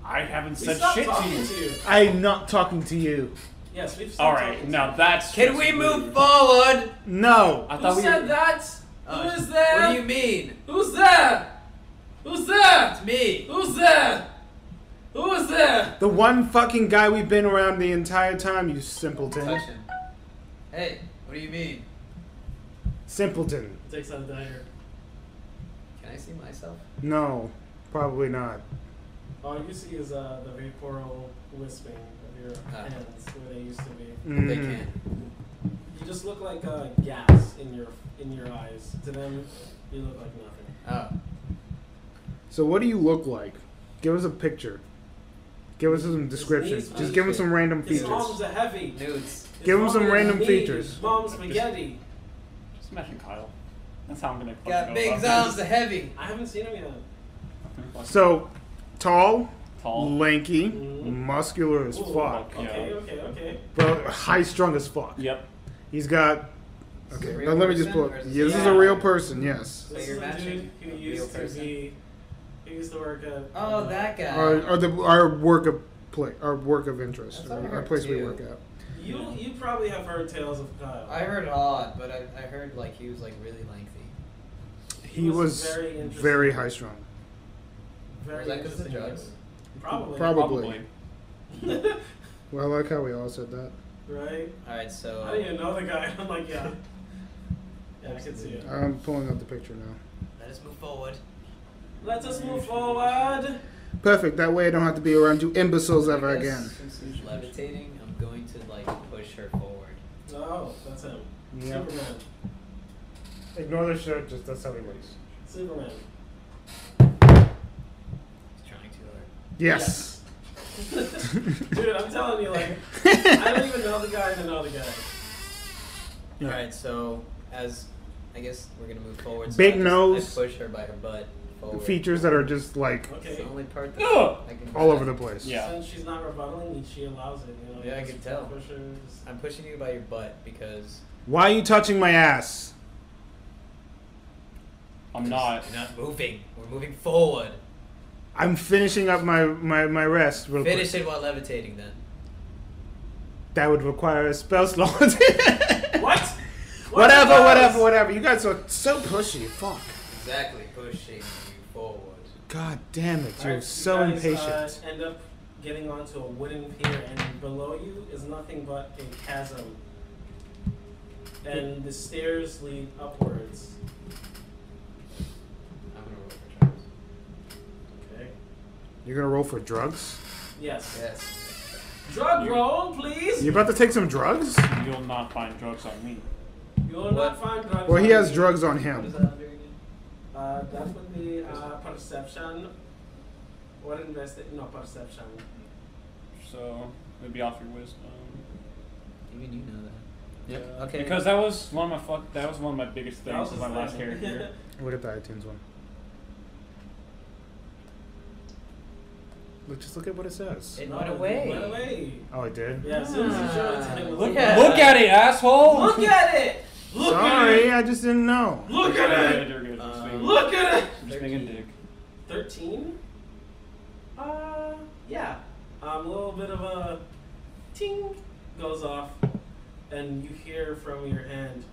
D: I haven't
C: We
D: said
C: stopped
D: shit to
C: talking
D: you.
C: to you.
A: I'm not talking to you.
C: Yes, we've stopped
D: All right,
C: talking
D: now that's.
B: Can
D: just
B: we
D: rude.
B: move forward?
A: No.
D: I
C: To you.
D: thought
C: Who
D: we
C: said
D: were- Oh,
C: that?
B: Uh,
C: Who is there?
B: What do you mean?
C: Who's there? Who's there?
B: It's me.
C: Who's there? Who is there?
A: The one fucking guy we've been around the entire time, you simpleton.
B: Touch him. Hey, what do you mean?
A: Simpleton.
C: Takes out the dagger.
B: Can I see myself?
A: No, probably not.
C: All you see is uh, the vaporal wisping of your
B: Ah.
C: hands where they used to be.
B: They
A: Mm.
B: can.
C: You just look like uh, gas in your in your eyes. To them, you look like nothing.
B: Oh.
A: So what do you look like? Give us a picture. Give us some description.
C: knees
A: Just give him some random
C: His
A: features.
C: arms are heavy.
B: Nudes.
C: His
A: Give him some
C: mom
A: random
C: is mean.
A: features.
C: His Mom's spaghetti.
D: Just imagine Kyle. That's how I'm gonna. fucking
B: Got
D: go
B: big
D: about
B: arms, are heavy.
C: I haven't seen him yet.
D: this.
A: So, tall,
D: tall.
A: lanky,
C: Mhm.
A: muscular as
C: Ooh,
A: fuck,
D: Yeah.
C: Okay, okay, okay.
A: but high strung as fuck.
D: Yep.
A: He's got.
B: Is this
A: Okay,
B: a
A: now
B: real
A: let me just
B: person
A: pull.
B: or
A: Up.
B: is this-
A: Yeah, this is
C: Yeah.
A: a real person. Yes.
B: So
C: This
B: you're
C: is a dude
B: matching
C: who
B: a real
C: used to
B: person?
C: be. Who used to work at. uh,
B: Oh, that guy.
A: Our, our, the, our work of play, our work of interest,
B: That's
A: our,
B: what I
A: our
B: heard
A: place we
B: too.
A: work at.
C: You you probably have heard tales of uh, Kyle.
B: I heard odd, but I, I heard like he was like really lengthy.
A: He was
C: very
A: very,
C: interesting.
A: high strung.
C: very
B: was that 'cause of the
C: interesting
B: drugs?
C: guy. Probably.
A: Probably. Well, I like how we all said that.
C: right?
B: All right, so
C: I didn't even know the guy. I'm like, yeah. Yeah, I can see it.
A: I'm pulling up the picture now.
B: let us move forward.
C: Let us move forward.
A: Perfect. That way I don't have to be around you imbeciles
B: I
A: ever
B: guess
A: again.
B: Since he's levitating, I'm going to like push her forward.
C: Oh, that's him.
A: Yeah.
C: Superman.
G: Ignore the shirt, just that's how he looks.
C: Superman.
B: He's trying too hard.
A: Yes.
C: Dude, I'm telling you, like, I don't even know the guy to know the guy.
A: Yeah.
B: All right, so as I guess we're gonna move forward. So
A: Big
B: I just-
A: nose.
B: I push her by her butt forward.
A: Features that are just like
B: It's
C: Okay.
B: the only part that
D: Ugh.
B: I can.
A: all over the place.
D: Yeah.
C: Since she's not rebuttaling, she allows it. You know.
B: Yeah, I
C: just
B: can tell.
C: Push her, just-
B: I'm pushing you by your butt because
A: Why are you touching my ass?
D: I'm not.
B: You're not moving. We're moving forward.
A: I'm finishing up my my, my rest real
B: Finish
A: quick.
B: it while levitating, then.
A: That would require a spell slot.
C: What?
A: whatever,
C: else?
A: whatever, whatever. You guys are so pushy. Fuck.
B: Exactly, pushing you forward.
A: God damn it. You're
C: Alright,
A: so
C: you guys,
A: impatient.
C: Uh, end up getting onto a wooden pier, and below you is nothing but a chasm. And the stairs lead upwards.
B: I'm gonna roll for Travis.
C: Okay.
A: You're gonna roll for drugs?
C: Yes.
B: Yes.
C: Drug roll, please.
A: You're about to take some drugs?
D: You'll not find drugs on me.
C: You will not find drugs.
A: Well, he
C: on
A: has
C: you.
A: drugs on
B: What is
A: him.
B: that under again?
C: Uh, that would be uh, perception. Or investi- No, perception.
D: So maybe off your wisdom.
B: Even you know that.
D: Yep.
B: Okay.
D: Because that was one of my fuck. That was one of my biggest
C: That was
D: things with my
C: his
D: last
C: thing.
D: character.
A: What if the iTunes one? Look, just look at what it says.
B: it went away.
C: Went away.
A: Oh, it did.
C: Yeah, as soon as you showed it to him, it was
B: Look
C: like,
B: at-
D: Look at it, asshole.
C: Look at it! Look at
A: Sorry,
C: it!
A: I just didn't know.
C: Look at it!
D: You're good, you're good. Just
B: Um,
D: being-
C: Look at it!
D: Just being a dick.
C: 13? Uh, yeah. Um, a little bit of a ting goes off, and you hear from your hand.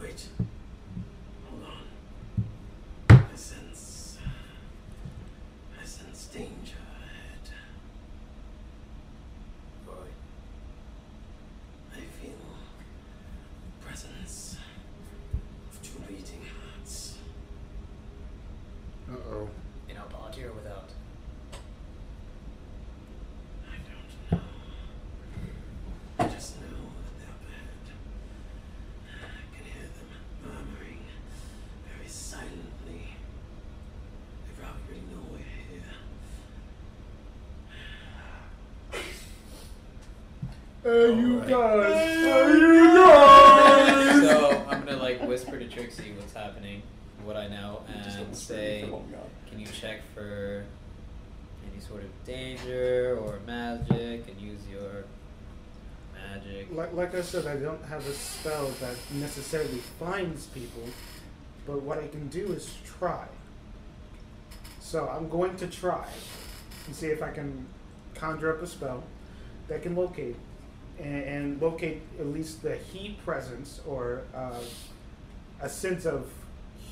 C: Wait. Hold on. I sense. I sense danger ahead. Boy. I feel presence of two beating hearts.
A: Uh oh.
B: In our body or without?
C: I don't know. I just know that they're bad. I can hear them murmuring very silently. They probably already know we're
A: Hey,
C: here.
A: you guys.
B: so I'm gonna Trixie what's happening, what I know,
D: Just don't
B: and
D: say-
B: say,
D: oh God.
B: can you check for any sort of danger or magic and use your magic?
A: Like, like I said, I don't have a spell that necessarily finds people, but what I can do is try. So I'm going to try and see if I can conjure up a spell that can locate and, and locate at least the he presence or uh, a sense of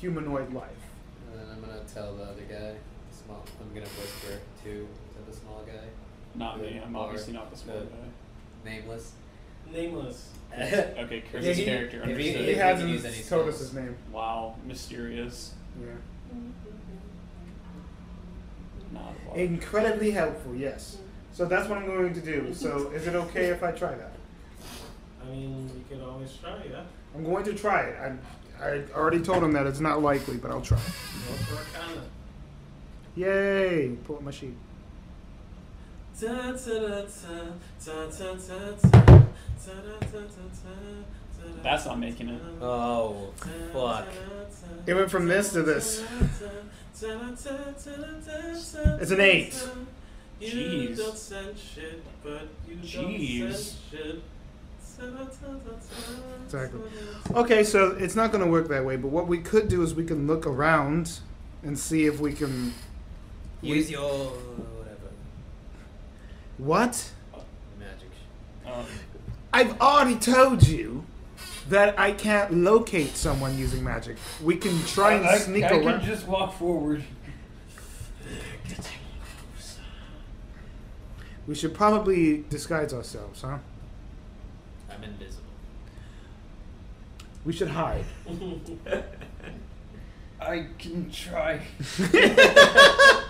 A: humanoid life.
B: And then I'm gonna tell the other guy, the small, I'm gonna whisper to, to the small guy,
D: Not me. I'm
B: Or-
D: obviously not the smart guy.
B: nameless.
C: Nameless.
D: Okay, Chris's
B: he-
D: character
B: if he-
D: understood.
B: if
A: He
B: can use any
A: hasn't told us
B: spells.
A: his name.
D: wow, mysterious.
A: Yeah.
D: Not a lot.
A: Incredibly helpful, yes. So that's what I'm going to do. So is it okay if I try that?
C: I mean, you could always try, yeah.
A: I'm going to try it. I'm, I already told him that it's not likely, but I'll try.
C: Go for Arcana.
A: Yay! Pull up my sheet.
C: Ta ta da ta, ta ta ta ta, ta da ta ta ta, ta da
D: That's
C: ta
D: not making it.
C: ta.
B: Oh, fuck.
A: It went from this to this.
C: It's
A: an eight.
D: Jeez.
C: You don't send shit, but you don't
D: Jeez.
C: send shit.
A: Exactly. Okay, so it's not going to work that way, but what we could do is we can look around and see if we can.
B: Use your whatever
A: What?
B: magic.
D: Um,
A: I've already told you that I can't locate someone using magic. We can try and
E: I,
A: sneak
E: I
A: around.
E: can just walk forward.
A: We should probably disguise ourselves, huh?
B: I'm invisible.
A: We should hide.
E: I can try.
C: So what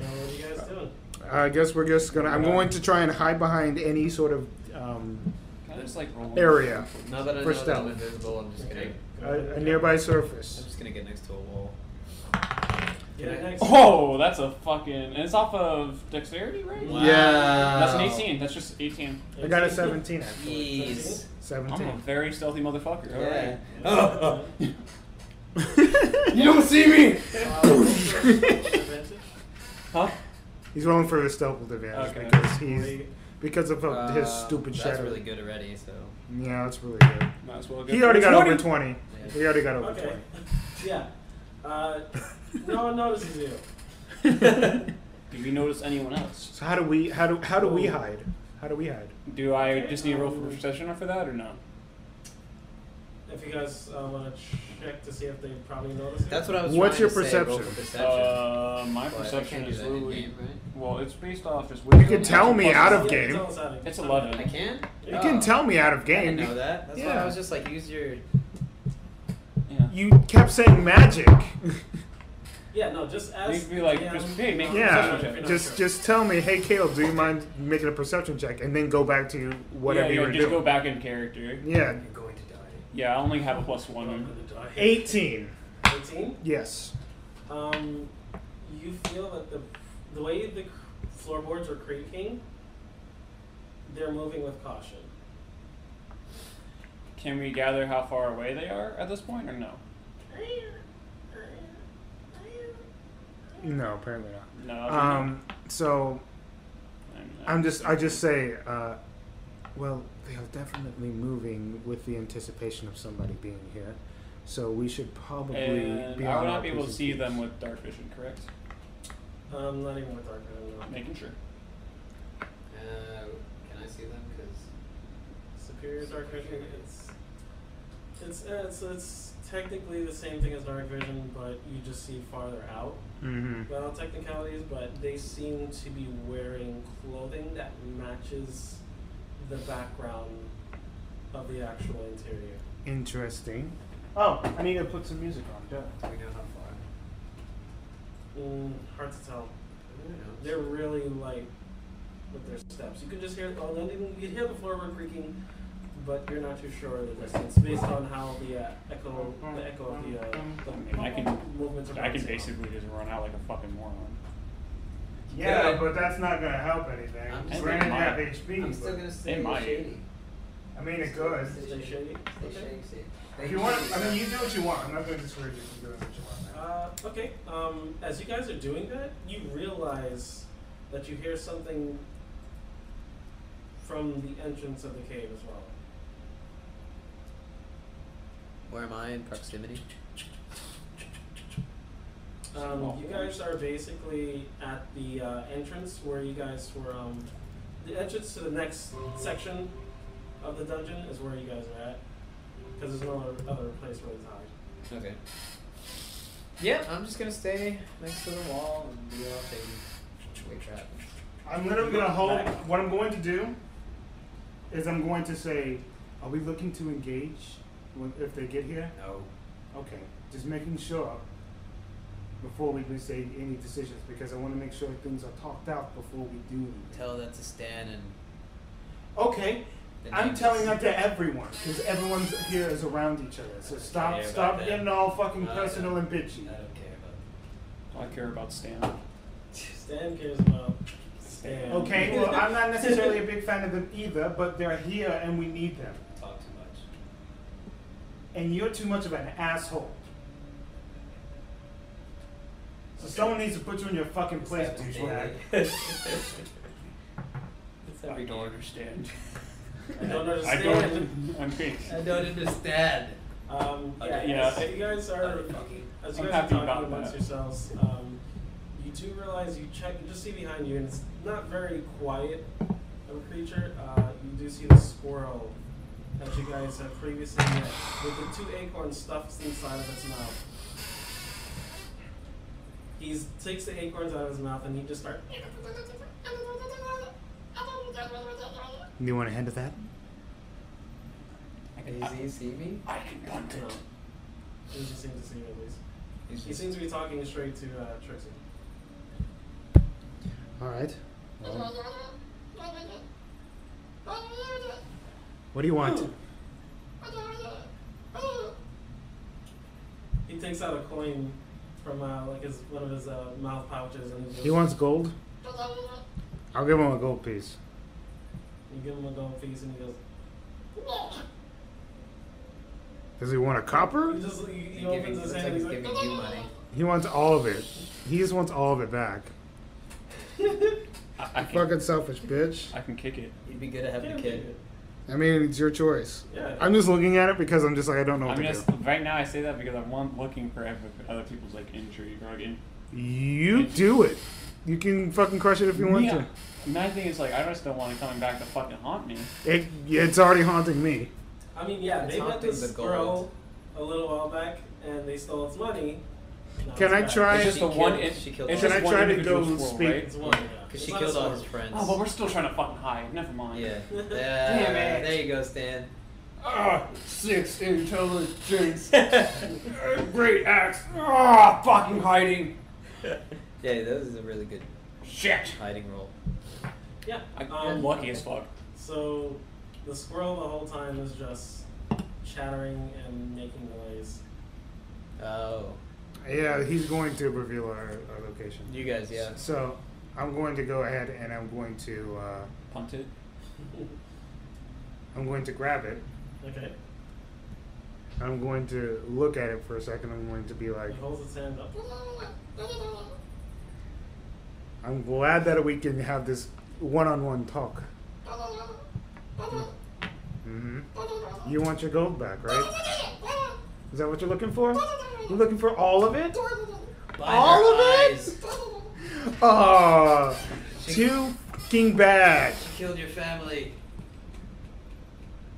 C: are you guys doing?
A: I guess we're just gonna. I'm going to try and hide behind any sort of. Um,
D: can I just like roll?
A: Area.
B: Now that I
A: For
B: know that
A: stealth.
B: I'm invisible, I'm just gonna
C: Okay.
A: a, a nearby
B: I'm
A: surface.
B: just gonna get next to a wall.
C: Get
B: Can
C: it
B: I-
C: next.
D: Oh, that's a fucking. And it's off of dexterity, right?
B: Wow.
A: Yeah.
D: That's an 18. That's just 18.
A: I got a 17 actually.
B: Jeez.
D: I'm a
A: 17.
D: very stealthy motherfucker. All
B: Yeah.
D: right.
B: Oh.
D: You don't see me.
C: Advantage?
D: Huh?
A: He's rolling for his stealth advantage
D: Okay.
A: because he's because of uh, his stupid
B: that's
A: shadow.
B: really good already, so.
A: Yeah, that's really good.
D: Might as well go.
A: He already got over
D: 20.
A: 20. He already got over
C: Okay. Yeah. Uh, no one notices you.
A: 20.
D: Do we notice anyone else?
A: so how do we how do how do we hide? How do we hide?
D: Do I just need to roll for perception or for that or no?
C: If you guys uh, want to check to see if they probably notice you.
B: That's what I was
A: What's
B: trying
A: your
B: to say, roll for
A: perception?
D: Uh, my
B: But I
D: perception
B: can't do
D: is
B: that in
D: literally.
B: game, right?
D: Well, it's based off just.
A: You can tell me out of
C: Yeah,
A: game.
C: tell us out of-
D: It's 11.
B: I can?
A: You
D: Uh, Oh.
A: can tell me out of
B: I didn't
A: game.
B: know that. That's why
A: Yeah.
B: I was just like, use your.
D: Yeah.
A: You kept saying magic.
C: Yeah, no, just ask.
D: You could be like,
C: yeah,
D: just, hey, make a
A: Yeah,
D: perception check.
A: just just tell me, hey Caleb, do you mind making a perception check, and then go back to whatever
D: yeah,
A: you
D: yeah,
A: were
D: just
A: doing.
D: go back in character.
A: Yeah,
B: You're going to die.
D: Yeah, I only have a plus one.
A: eighteen.
C: 18?
A: Yes.
C: Um, you feel that the the way the c- floorboards are creaking, they're moving with caution.
D: Can we gather how far away they are at this point or no?
A: No, apparently not.
D: No.
A: Um, so
D: I'm-
A: I'm just I just say, uh, well, they are definitely moving with the anticipation of somebody being here, so we should probably
D: And
A: be.
D: I
A: on
D: would
A: our
D: not be able
A: P's
D: to
A: and
D: see
A: Q's.
D: them with dark vision, correct?
C: Um, not even with dark vision. no.
D: Making sure.
B: Uh, can I see them? Because.
C: Superior dark vision. It's it's uh, it's it's technically the same thing as dark vision, but you just see farther out.
A: Mhm.
C: Well, technicalities, but they seem to be wearing clothing that matches the background of the actual interior.
A: Interesting. Oh, I need to put some music on. Duh.
B: We know how far.
C: Mm, hard to tell.
B: I don't know.
C: They're really light with their steps. You can just hear, oh, not even, you can hear the floorboard creaking, but you're not too sure of the distance based on how the uh, echo, the echo of the, uh, the
D: Mm-hmm. I can-
C: movements are
D: I can
C: bouncing off.
D: basically just run out like a fucking moron.
A: Yeah,
B: Yeah.
A: but that's not gonna help anything.
B: I'm
A: We're
B: still
A: Granted,
D: gonna-
A: have HP,
B: I'm still
A: but
B: gonna stay
D: might.
B: shady.
A: I mean it could.
C: Stay shady.
B: Stay
C: Okay.
B: shady. Stay
G: If you want, I mean, you do what you want. I'm not going to discourage you from doing what you want.
C: Uh, okay. Um, as you guys are doing that, you realize that you hear something from the entrance of the cave as well.
B: Where am I in proximity?
C: Um, you guys are basically at the uh, entrance where you guys were. Um, the entrance to the next section of the dungeon is where you guys are at, because there's no other, other place where to hide.
B: Okay. Yeah, I'm just gonna stay next to the wall and be all shady. Wait trap.
G: I'm literally going to hold. What I'm going to do is I'm going to say, are we looking to engage when, if they get here?
B: No.
G: Okay. Just making sure before we can say any decisions because I want to make sure things are talked out before we do anything.
B: Tell that to Stan and.
G: Okay,
B: the
G: I'm
B: neighbors.
G: telling that to everyone because everyone's here is around each other. So stop,
B: care about
G: stop
B: that.
G: getting all fucking
B: No, I
G: personal
B: don't.
G: and bitchy.
B: I don't care about.
D: I care about Stan.
C: Stan cares about Stan.
G: Okay, well, I'm not necessarily a big fan of them either, but they're here and we need them.
B: Talk too much.
G: And you're too much of an asshole. So someone needs to put you in your fucking place, douchebag.
D: I don't understand.
C: I don't
D: I
C: understand.
D: don't. I'm being.
B: I don't understand.
C: Um, yeah,
B: Okay,
C: yeah.
D: yeah.
C: you guys are, as you
D: I'm
C: guys are
D: happy
C: talking
D: about
C: amongst
D: that.
C: yourselves, um, you do realize you check, you just see behind you, and it's not very quiet of a creature. Uh, you do see the squirrel that you guys have previously met, with the two acorns stuffed inside of its mouth. He takes the acorns out of his mouth, and he just starts
G: You want a hand of that?
B: Daisy, see me?
D: I can punt it.
C: He just seems to see at least. He seems to be talking straight to uh, Trixie.
A: All right. What do you want?
C: He takes out a coin from uh, like his one of his uh, mouth pouches and just,
A: He wants gold. I'll give him a gold piece.
C: You give him a gold piece and he goes.
A: Does he want a
C: He
A: copper?
C: just he, he
B: He's giving,
C: opens his
B: looks
C: hand
B: like he's
C: and he's like.
B: giving you money.
A: He wants all of it. He just wants all of it back.
D: I, I can.
A: Fucking selfish bitch.
D: I can kick it.
B: You'd be good at having
C: "Yeah,
B: a kid.
A: I mean, it's your choice.
C: Yeah.
A: I'm just looking at it because I'm just like I don't know what
D: I'm
A: to
D: just right now. I say that because I'm one looking for ev- other people's like injury or like, in-
A: do. You do it. You can fucking crush it if you want
D: Yeah. My thing is like I just don't want it coming back to fucking haunt me.
A: to. It it's already haunting me.
C: I mean, yeah,
B: It's
C: they met
B: haunting
C: this
B: the gold.
C: girl a little while back and they stole its money. Now
A: Can
C: it's
A: I
C: back.
A: try-
B: It's
D: It's just
B: She
D: the one.
B: killed-
D: It,
B: she killed
D: it's
B: all
D: just
A: of
D: one
A: them. Can I try to
D: individual
A: go
D: squirrel,
A: speak?
D: right?
C: It's one.
B: Because she killed all his friends.
D: Oh, but we're still trying to fucking hide. Never mind.
B: Yeah. Uh,
D: Damn it.
B: There you go, Stan.
D: Ah, six intelligence.
B: yeah,
D: Great axe. Ah, fucking hiding.
B: that was a really good
D: Shit.
B: hiding roll.
C: Yeah.
D: I,
C: Um,
D: am lucky as fuck.
C: So the squirrel the whole time is just chattering and making noise.
B: Oh,
A: Yeah, he's going to reveal our, our location.
B: you guys, yeah.
A: So I'm going to go ahead and I'm going to uh,
D: Punt it.
A: I'm going to grab it.
C: Okay.
A: I'm going to look at it for a second. I'm going to be like,
C: He holds his hand up.
A: I'm glad that we can have this one-on-one talk. hmm You want your gold back, right? Is that what you're looking for? You're looking for all of it?
B: Blind
A: All
B: her
A: of it?
B: eyes.
A: Oh, too fucking bad.
B: She killed your family.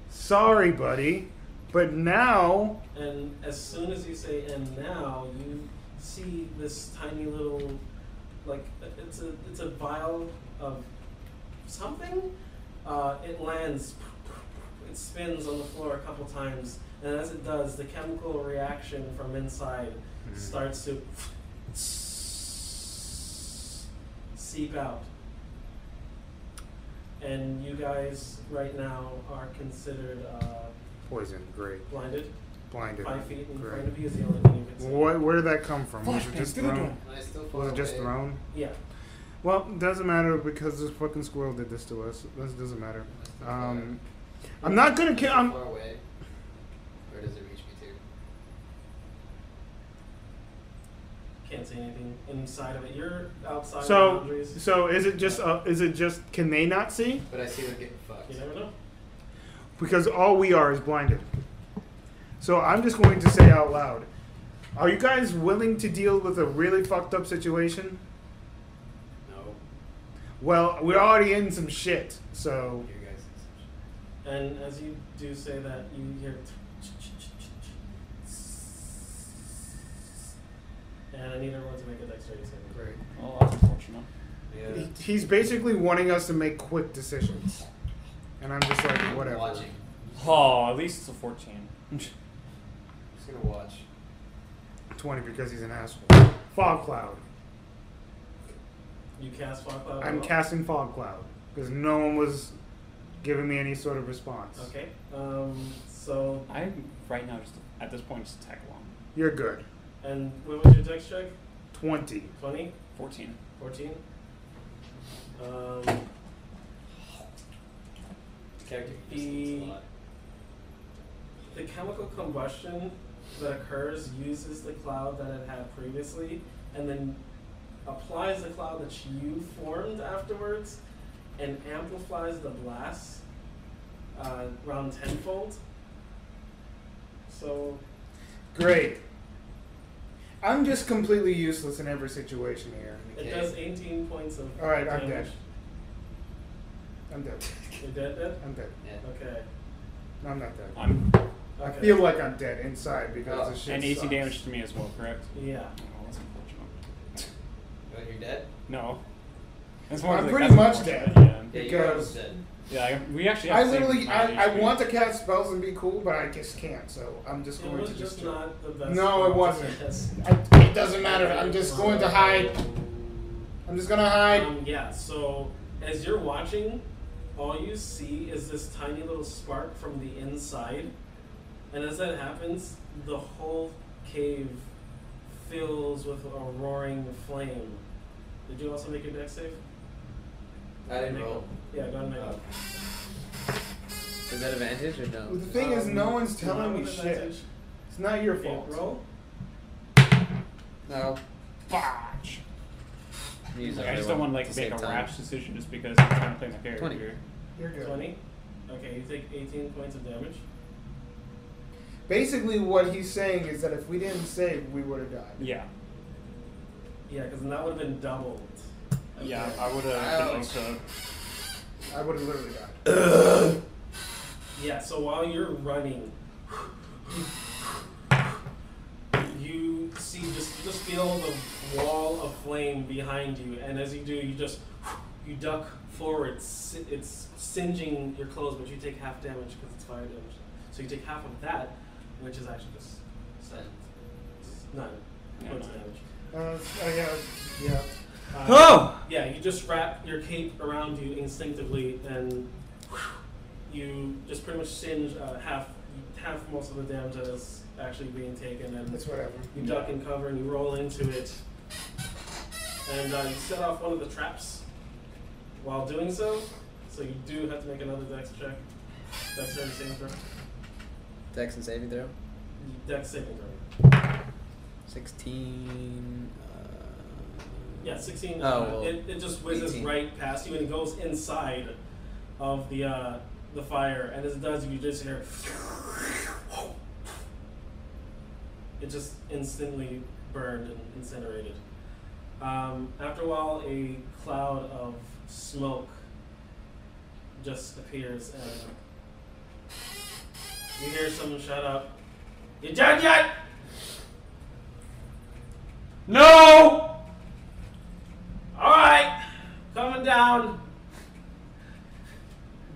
A: Sorry, buddy. But now,
C: And as soon as you say "and now," you see this tiny little, like uh, it's a it's a vial of something. Uh, it lands, it spins on the floor a couple times, and as it does, the chemical reaction from inside starts to seep out. And you guys right now are considered uh,
A: poison. Great.
C: blinded.
A: Blinded.
C: Five feet in
A: Great.
C: front of you is the only thing you can see.
A: What, where did that come from? Was it just thrown?
B: I still
A: Was it just thrown?
C: Yeah.
A: Well, doesn't matter because this fucking squirrel did this to us. This doesn't matter. Um, I'm not gonna kill. I'm,
B: away. Where does it reach me
C: Can't say anything inside of it. You're outside
A: So-
C: of the boundaries.
A: So is it just uh, is it just can they not see?
B: But I see them getting fucked.
C: You never know.
A: Because all we are is blinded. So I'm just going to say out loud: Are you guys willing to deal with a really fucked up situation?
C: No.
A: Well, we're already in some shit. So
B: Your guys' decision.
C: And as you do say that, you hear. And I need everyone to make a dexterity saving.
B: Great.
D: Well, Oh, that's unfortunate.
B: Yeah.
A: he- he's basically wanting us to make quick decisions, and I'm just like, whatever.
B: Watching.
D: Oh, at least it's a 14.
B: Just gonna watch.
A: Twenty because he's an asshole. Fog cloud.
C: You cast Fog Cloud.
A: I'm
C: as well?
A: casting fog cloud because no one was giving me any sort of response.
C: Okay. Um, so,
D: I'm right now just at this point just tag along.
A: You're good.
C: and what was your dex check?
A: Twenty.
C: 20?
D: 14.
C: 14? Um,
B: Character
C: can just looks a lot. the chemical combustion that occurs uses the cloud that it had previously and then applies the cloud that you formed afterwards and amplifies the blast uh, around tenfold. So,
A: Great. I'm just completely useless in every situation here.
C: it does 18 points of
A: All right, I'm
C: damage.
A: I'm dead.
C: You're dead, dead?
A: I'm dead.
B: Yeah.
C: Okay.
A: No, I'm not dead.
D: I'm
A: I
C: okay.
A: feel like I'm dead inside because
B: Oh,
A: the shit
D: and 18
A: sucks.
D: damage to me as well, correct?
C: Yeah.
D: Oh, that's unfortunate.
B: But you're dead?
D: No. That's
A: I'm
D: like,
A: pretty
D: that's
A: much
D: unfortunate,
B: Yeah, you're
A: Because-
B: almost dead.
D: Yeah, yeah I, we actually
A: I
D: have the same
A: literally,
D: amount of
A: I, I
D: HP.
A: want to cast spells and be cool, but I just can't. So I'm just
C: It
A: going
C: was
A: to just.
C: just not the best.
A: No, it wasn't.
C: Yes.
A: I, it doesn't matter. I'm just going to hide. I'm just gonna hide.
C: Um, yeah, so as you're watching, all you see is this tiny little spark from the inside. And as that happens, the whole cave fills with a roaring flame. Did you also make your deck save?
B: I didn't roll.
C: Yeah, go ahead and make it.
B: Is that advantage or no?
A: The thing is, no
C: Um,
A: one's
C: you want
A: telling me
C: an
A: shit.
C: advantage?
A: It's not your
C: Okay,
A: fault.
C: roll.
B: No.
A: Fudge.
B: Use
D: Like, I
B: everyone
D: just don't want to like
B: save
D: make a
B: time.
D: rash decision just because I'm trying to play my character.
B: 20.
A: You're good.
C: 20. Okay, you take 18 points of damage.
A: Basically, what he's saying is that if we didn't save, we would have died.
D: Yeah.
C: Yeah, because that would have been doubled.
D: Yeah, I would have
B: Ouch.
D: been also.
A: I would have literally died.
C: Yeah, so while you're running, you see just just feel the wall of flame behind you, and as you do, you just you duck forward. Si- It's singeing your clothes, but you take half damage because it's fire damage. So you take half of that, which is actually just seven, nine
D: Yeah,
C: points of
D: nine.
C: damage.
A: Uh, I got, yeah.
C: Uh,
D: Oh!
C: Yeah, you just wrap your cape around you instinctively, and you just pretty much singe uh, half half most of the damage that is actually being taken, and
A: It's whatever.
C: you duck and cover, and you roll into it, and uh, you set off one of the traps. While doing so, so you do have to make another dex check. Dex saving throw.
B: Dex and saving throw.
C: Dex saving throw.
B: 16. Uh,
C: Yeah, 16.
B: Oh,
C: uh,
B: well,
C: it, it just whizzes
B: 18.
C: right past you and it goes inside of the uh, the fire. And as it does, you just hear. It just instantly burned and incinerated. Um, after a while, a cloud of smoke just appears and you hear someone shout out, You dead yet?
D: No!
C: Alright, coming down.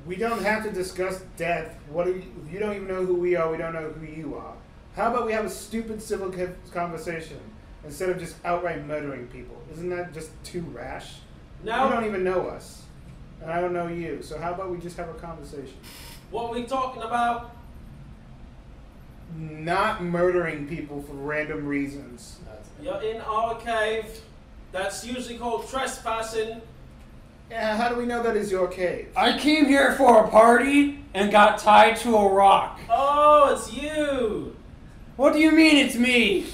A: We don't have to discuss death. What do you, you don't even know who we are. We don't know who you are. How about we have a stupid civil co- conversation instead of just outright murdering people? Isn't that just too rash?
C: No.
A: You don't even know us, and I don't know you. So how about we just have a conversation?
C: What we talking about?
A: Not murdering people for random reasons.
B: that's it.
C: You're in our cave. That's usually called trespassing.
A: Yeah, how do we know that is your cave?
D: I came here for a party and got tied to a rock.
C: Oh, it's you.
D: What do you mean it's me?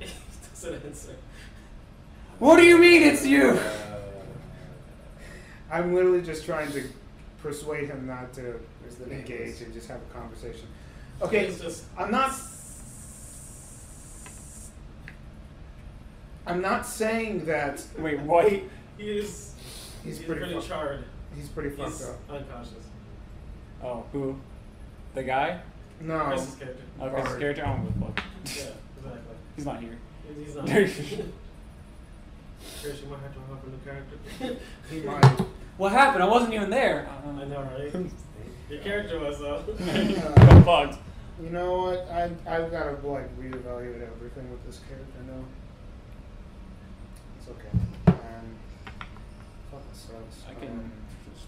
C: an answer.
D: What do you mean it's you?
B: Uh,
A: I'm literally just trying to persuade him not to engage and just have a conversation. Okay,
C: It's just
A: I'm not. I'm not saying that
D: Wait, what?
C: he's
A: he's
C: he's
A: pretty.
C: pretty
A: fuck-
C: charred.
A: he's pretty fucked
C: He's uh,
A: up.
C: unconscious.
D: Oh, who? The guy?
A: No,
C: Chris's character.
D: Oh, Chris's
A: Bard.
D: character? I don't give a fuck.
C: Yeah, exactly.
D: He's not here.
C: He's not. Chris, you might have to hop a new character.
A: he might.
D: What happened? I wasn't even
C: I
D: there.
C: know, right? Your character was though.
D: Got bugged.
A: You know what? I I've got to like reevaluate everything with this character now. It's okay. Um, fucking sucks.
D: I can-
A: Um, Just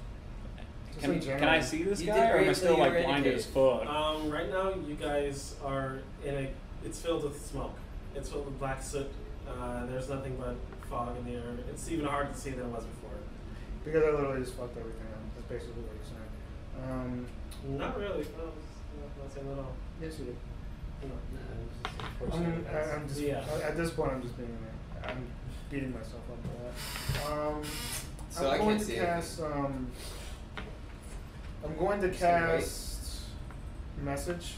A: in
D: Can,
A: general.
D: can I see this
B: You
D: guy,
B: did
D: or am I
B: great
D: still
B: till you
D: like
B: were
D: blinded as fuck?
C: um, right now, you guys are in a. It's filled with smoke. It's filled with black soot. Uh, there's nothing but fog in the air. It's even harder to see than it was before.
A: because I literally just fucked everything up. That's basically what you're saying. Um,
C: Not really. No, it's not, not saying at all.
A: yes, you did.
B: Oh,
C: No.
A: I'm, I, I'm just
C: Yeah.
A: I- at this point. I'm just being an- I'm beating myself up for that. Um,
B: So
A: I'm
B: I
A: going
B: can't
A: to
B: see
A: cast.
B: anything.
A: Um, I'm going to
B: Just gonna wait.
A: cast message.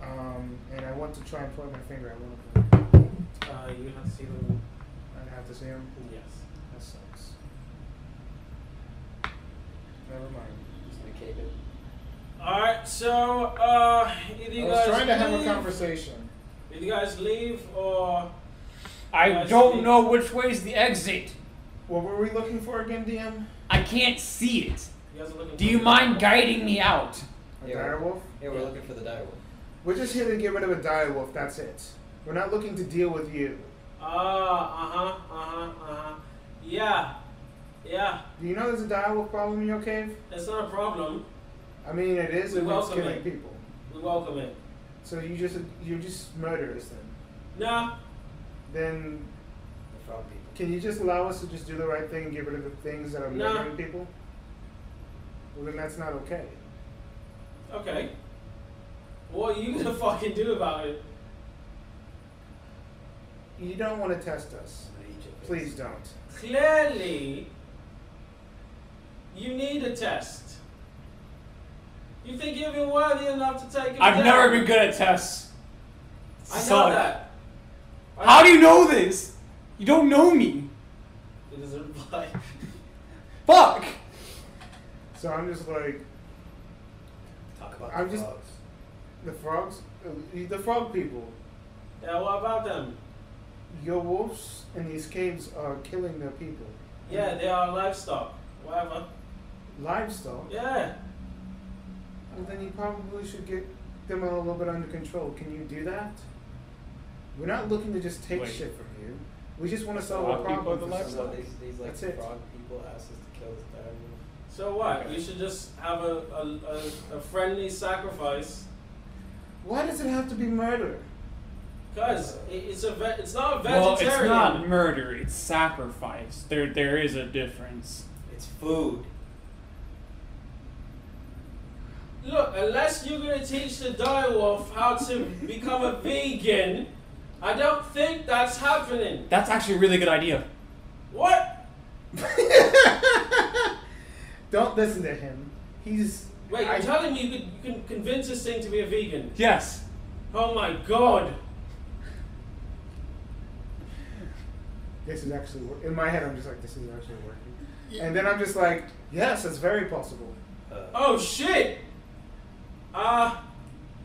A: Um, and I want to try and point my finger at one of them.
C: Uh, you have to see them.
A: I'd have to see him.
C: Yes.
A: That sucks. Never mind.
C: All right. So, uh, either you
A: I was
C: guys
A: trying to have a
C: leave-
A: conversation.
C: Either you guys leave or
D: I don't know which way's the exit.
A: What were we looking for again, DM?
D: I can't see it.
C: you guys are looking.
D: Do you
C: for-
D: mind guiding me out?
A: A
B: Yeah.
A: direwolf?
B: Yeah, we're looking for the direwolf.
A: We're just here to get rid of a direwolf, that's it. We're not looking to deal with you.
C: Ah, uh huh, uh huh, uh huh. Yeah, yeah.
A: Do you know there's a direwolf problem in your cave?
C: It's not a problem.
A: I mean, it is,
C: We
A: and it's
C: welcome
A: killing
C: it.
A: people.
C: We welcome it.
A: So you just, you're just murderers then.
C: Nah,
A: Then,
B: The frog people.
A: can you just allow us to just do the right thing and get rid of the things that are
C: No.
A: murdering people? Well, then that's not okay.
C: okay. What are you gonna fucking do about it?
A: You don't want to test us. Please don't.
C: Clearly, you need a test. You think you're even worthy enough to take it?
D: I've
C: down?
D: never been good at tests.
C: I know
D: Suck.
C: that. I
D: How do you know this? You don't know me.
C: It is a reply.
D: Fuck.
A: So I'm just like,
B: Talk about
A: I'm
B: the
A: just-
B: frogs.
A: the frogs, the frog people,
C: yeah. What about them?
A: your wolves in these caves are killing their people.
C: Yeah, they are livestock. Whatever.
A: Livestock?
C: Yeah.
A: Well, then you probably should get them a little bit under control. Can you do that? We're not looking to just take
D: Wait.
A: shit from you. We just want to solve
D: lot
A: a
D: of people
A: problem.
D: are the
A: for
D: livestock.
B: So
A: somebody.
B: these, these like
A: That's it.
B: frog people asked us to kill this direwolf.
C: So what?
D: Okay.
C: You should just have a, a, a, a friendly sacrifice,
A: Why does it have to be murder?
C: cause it, it's a ve- it's not a
D: Well,
C: vegetarian.
D: it's not murder. It's sacrifice. There, there is a difference.
B: It's food.
C: Look, unless you're gonna teach the direwolf how to become a vegan, I don't think that's happening.
D: That's actually a really good idea.
C: What?
A: Don't listen to him. He's.
C: Wait, you're
A: I-
C: telling me you can, you can convince this thing to be a vegan?
D: Yes.
C: Oh my god!
A: this is actually wor- in my head. I'm just like, this is actually working. And then I'm just like, yes, that's very possible.
B: Uh,
C: Oh shit! Uh,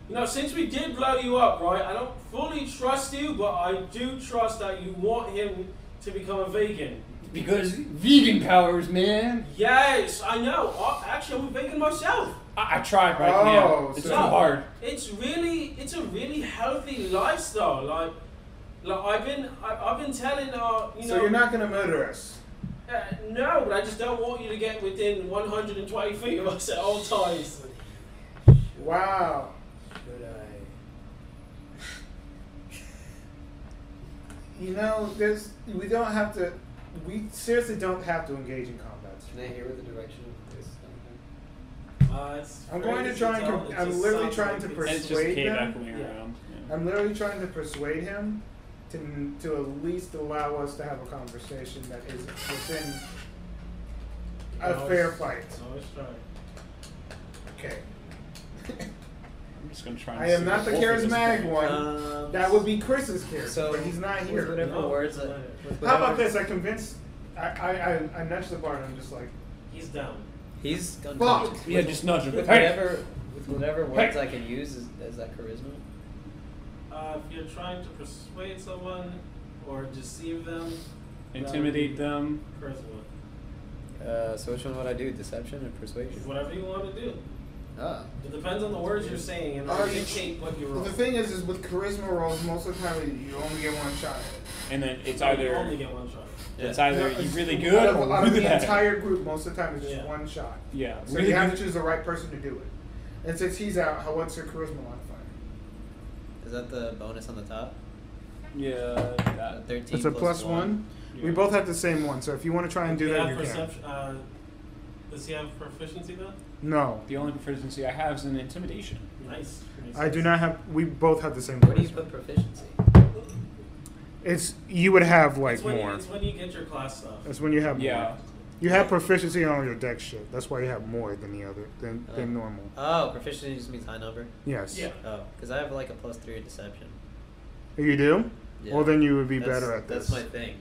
C: you know, since we did blow you up, right, I don't fully trust you, but I do trust that you want him to become a vegan.
D: Because vegan powers, man.
C: Yes, I know. I, actually, I'm a vegan myself.
D: I, I tried, but I
A: Oh,
D: can't. It's
A: so-
D: too hard.
C: It's really, it's a really healthy lifestyle. Like, like I've been, I, I've been telling, uh, you know,
A: so you're not gonna murder us.
C: uh, no, but I just don't want you to get within 120 feet of us at all times.
A: Wow.
B: should I?
A: You know, there's. We don't have to. We seriously don't have to engage in combat.
B: Can I hear what the direction of this? is coming
C: Uh, it's
A: I'm going
C: very
A: to try and
C: detailed.
A: com-
C: It
A: I'm
C: just
A: literally
C: sounds
A: trying
C: like
A: to
C: it's-
A: pers-
D: And it's just
A: Persuade
D: cave
A: them?
D: echoing
C: Yeah.
D: around. Yeah.
A: I'm literally trying to persuade him to, to at least allow us to have a conversation that is within a fair fight.
C: Always try.
A: Okay.
D: I'm just gonna try. And
A: I
D: see
A: am not the
D: what Wolf is
A: charismatic
D: doing.
A: one.
B: Um,
A: That would be Chris's character,
B: so
A: but he's not
B: with
A: here.
B: Whatever
C: No,
B: words.
C: it's
B: I-
C: not.
B: with
A: How
B: whatever-
A: about this? I convinced. I I I, I nudged the bar and I'm just like,
C: He's down.
B: He's unconscious.
D: Yeah, just nudge him.
B: With
D: Hey,
B: whatever, with whatever words I can use, is, is that charisma?
C: Uh, if you're trying to persuade someone or deceive them,
D: intimidate them.
C: charisma.
B: Uh, so which one would I do? Deception or persuasion?
C: Whatever you want to do.
B: Ah.
C: It depends on the words you're saying and
A: Are
C: I'll
A: you-
C: dictate what you
A: well,
C: roll.
A: the thing is, is with charisma rolls, most of the time you only get one shot.
D: And then it's
C: You
D: either
C: only get one shot.
D: it's either you really
A: Out
D: good
A: of,
D: or
A: out of
D: really
A: the
D: bad.
A: entire group, most of the time it's just
C: Yeah.
A: one shot.
D: yeah,
A: So
D: really
A: you have
D: good-
A: to choose the right person to do it. And since he's out, how what's your charisma modifier?
B: Is that the bonus on the top?
D: yeah.
B: Uh,
D: That.
B: Thirteen.
D: yeah.
A: We both have the same one, so if you want to try and do
C: you
A: that,
C: have
A: you can.
C: perception. Uh, does he have proficiency though?
A: No,
D: The only proficiency I have is in intimidation.
C: Nice. Makes
A: I do
C: sense.
A: not have. We both have the same
B: Where do you
A: one.
B: put proficiency?
A: It's you would have
C: It's
A: like
C: when, you,
A: more.
C: it's when you get your class stuff.
A: That's when you have
D: Yeah,
A: more. You have proficiency on all your deck shit. That's why you have more than the other than, than
B: Uh.
A: normal.
B: Oh, proficiency just means high number.
A: Yes.
C: Uh-huh. Yeah.
B: Oh, because I have like a plus three deception.
A: You do? Well, then you would be
B: That's-
A: better at this.
B: That's my thing.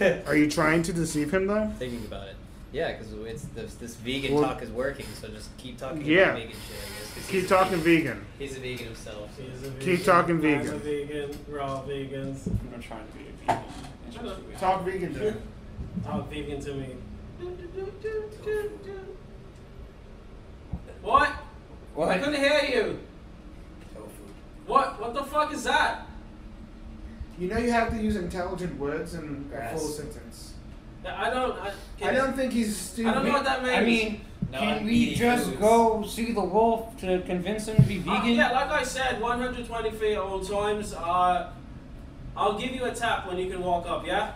C: Okay.
A: Are you trying to deceive him though?
B: Thinking about it. Yeah, because it's this, this vegan
A: Well-
B: talk is working, so just keep talking
A: Yeah.
B: about vegan shit. I guess, 'cause he's
A: Keep
B: a
A: talking
B: vegan.
A: vegan.
B: He's a vegan himself. so-
C: He's a
A: Keep talking
C: I's a
A: vegan.
C: vegan. We're all vegans.
D: I'm not trying to be a vegan. It's just weird.
A: Talk vegan then.
C: Talk vegan to me. What? I couldn't hear you. What? What the fuck is that?
A: You know you have to use intelligent words in a full
C: Yes.
A: sentence.
C: I don't. I,
A: I don't think he's
C: I
A: stupid.
C: don't know what that means.
D: I mean,
B: No,
D: can
B: I'm
D: we
B: vegan
D: just
B: foods.
D: go see the wolf to convince him to be
C: Uh,
D: vegan?
C: yeah, like I said, 120 feet at all times. Uh, I'll give you a tap when you can walk up, yeah?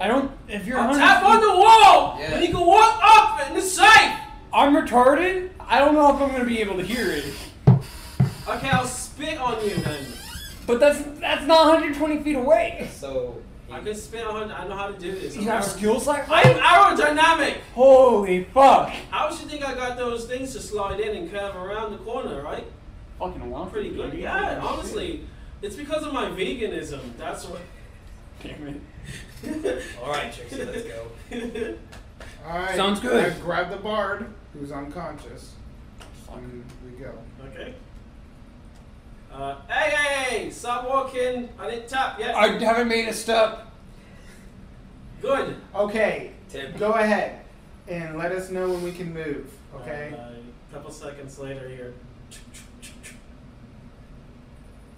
D: I don't. If you're
C: A
D: 100
C: tap on the wall
B: Yeah.
C: when you can walk up and it's safe!
D: I'm retarded. I don't know if I'm gonna be able to hear it.
C: Okay, I'll spit on you then.
D: But that's that's not 120 feet away.
B: So
C: I can spit on I know how to do this.
D: You have skills like
C: I'm aerodynamic!
D: Holy fuck!
C: How would you think I got those things to slide in and curve around the corner, right?
D: Fucking
C: I'm
D: long.
C: pretty good. Yeah, honestly. It's because of my veganism. That's what.
D: Damn it.
B: all right, Trixie, let's go.
A: Alright.
D: Sounds good.
A: I grab the bard, who's unconscious. And we go.
C: Okay. Uh, hey, hey, hey! Stop walking! I didn't tap yet.
D: I haven't made a step.
C: Good.
A: Okay.
B: Tim.
A: Go ahead. And let us know when we can move. Okay?
C: Uh, couple seconds later here.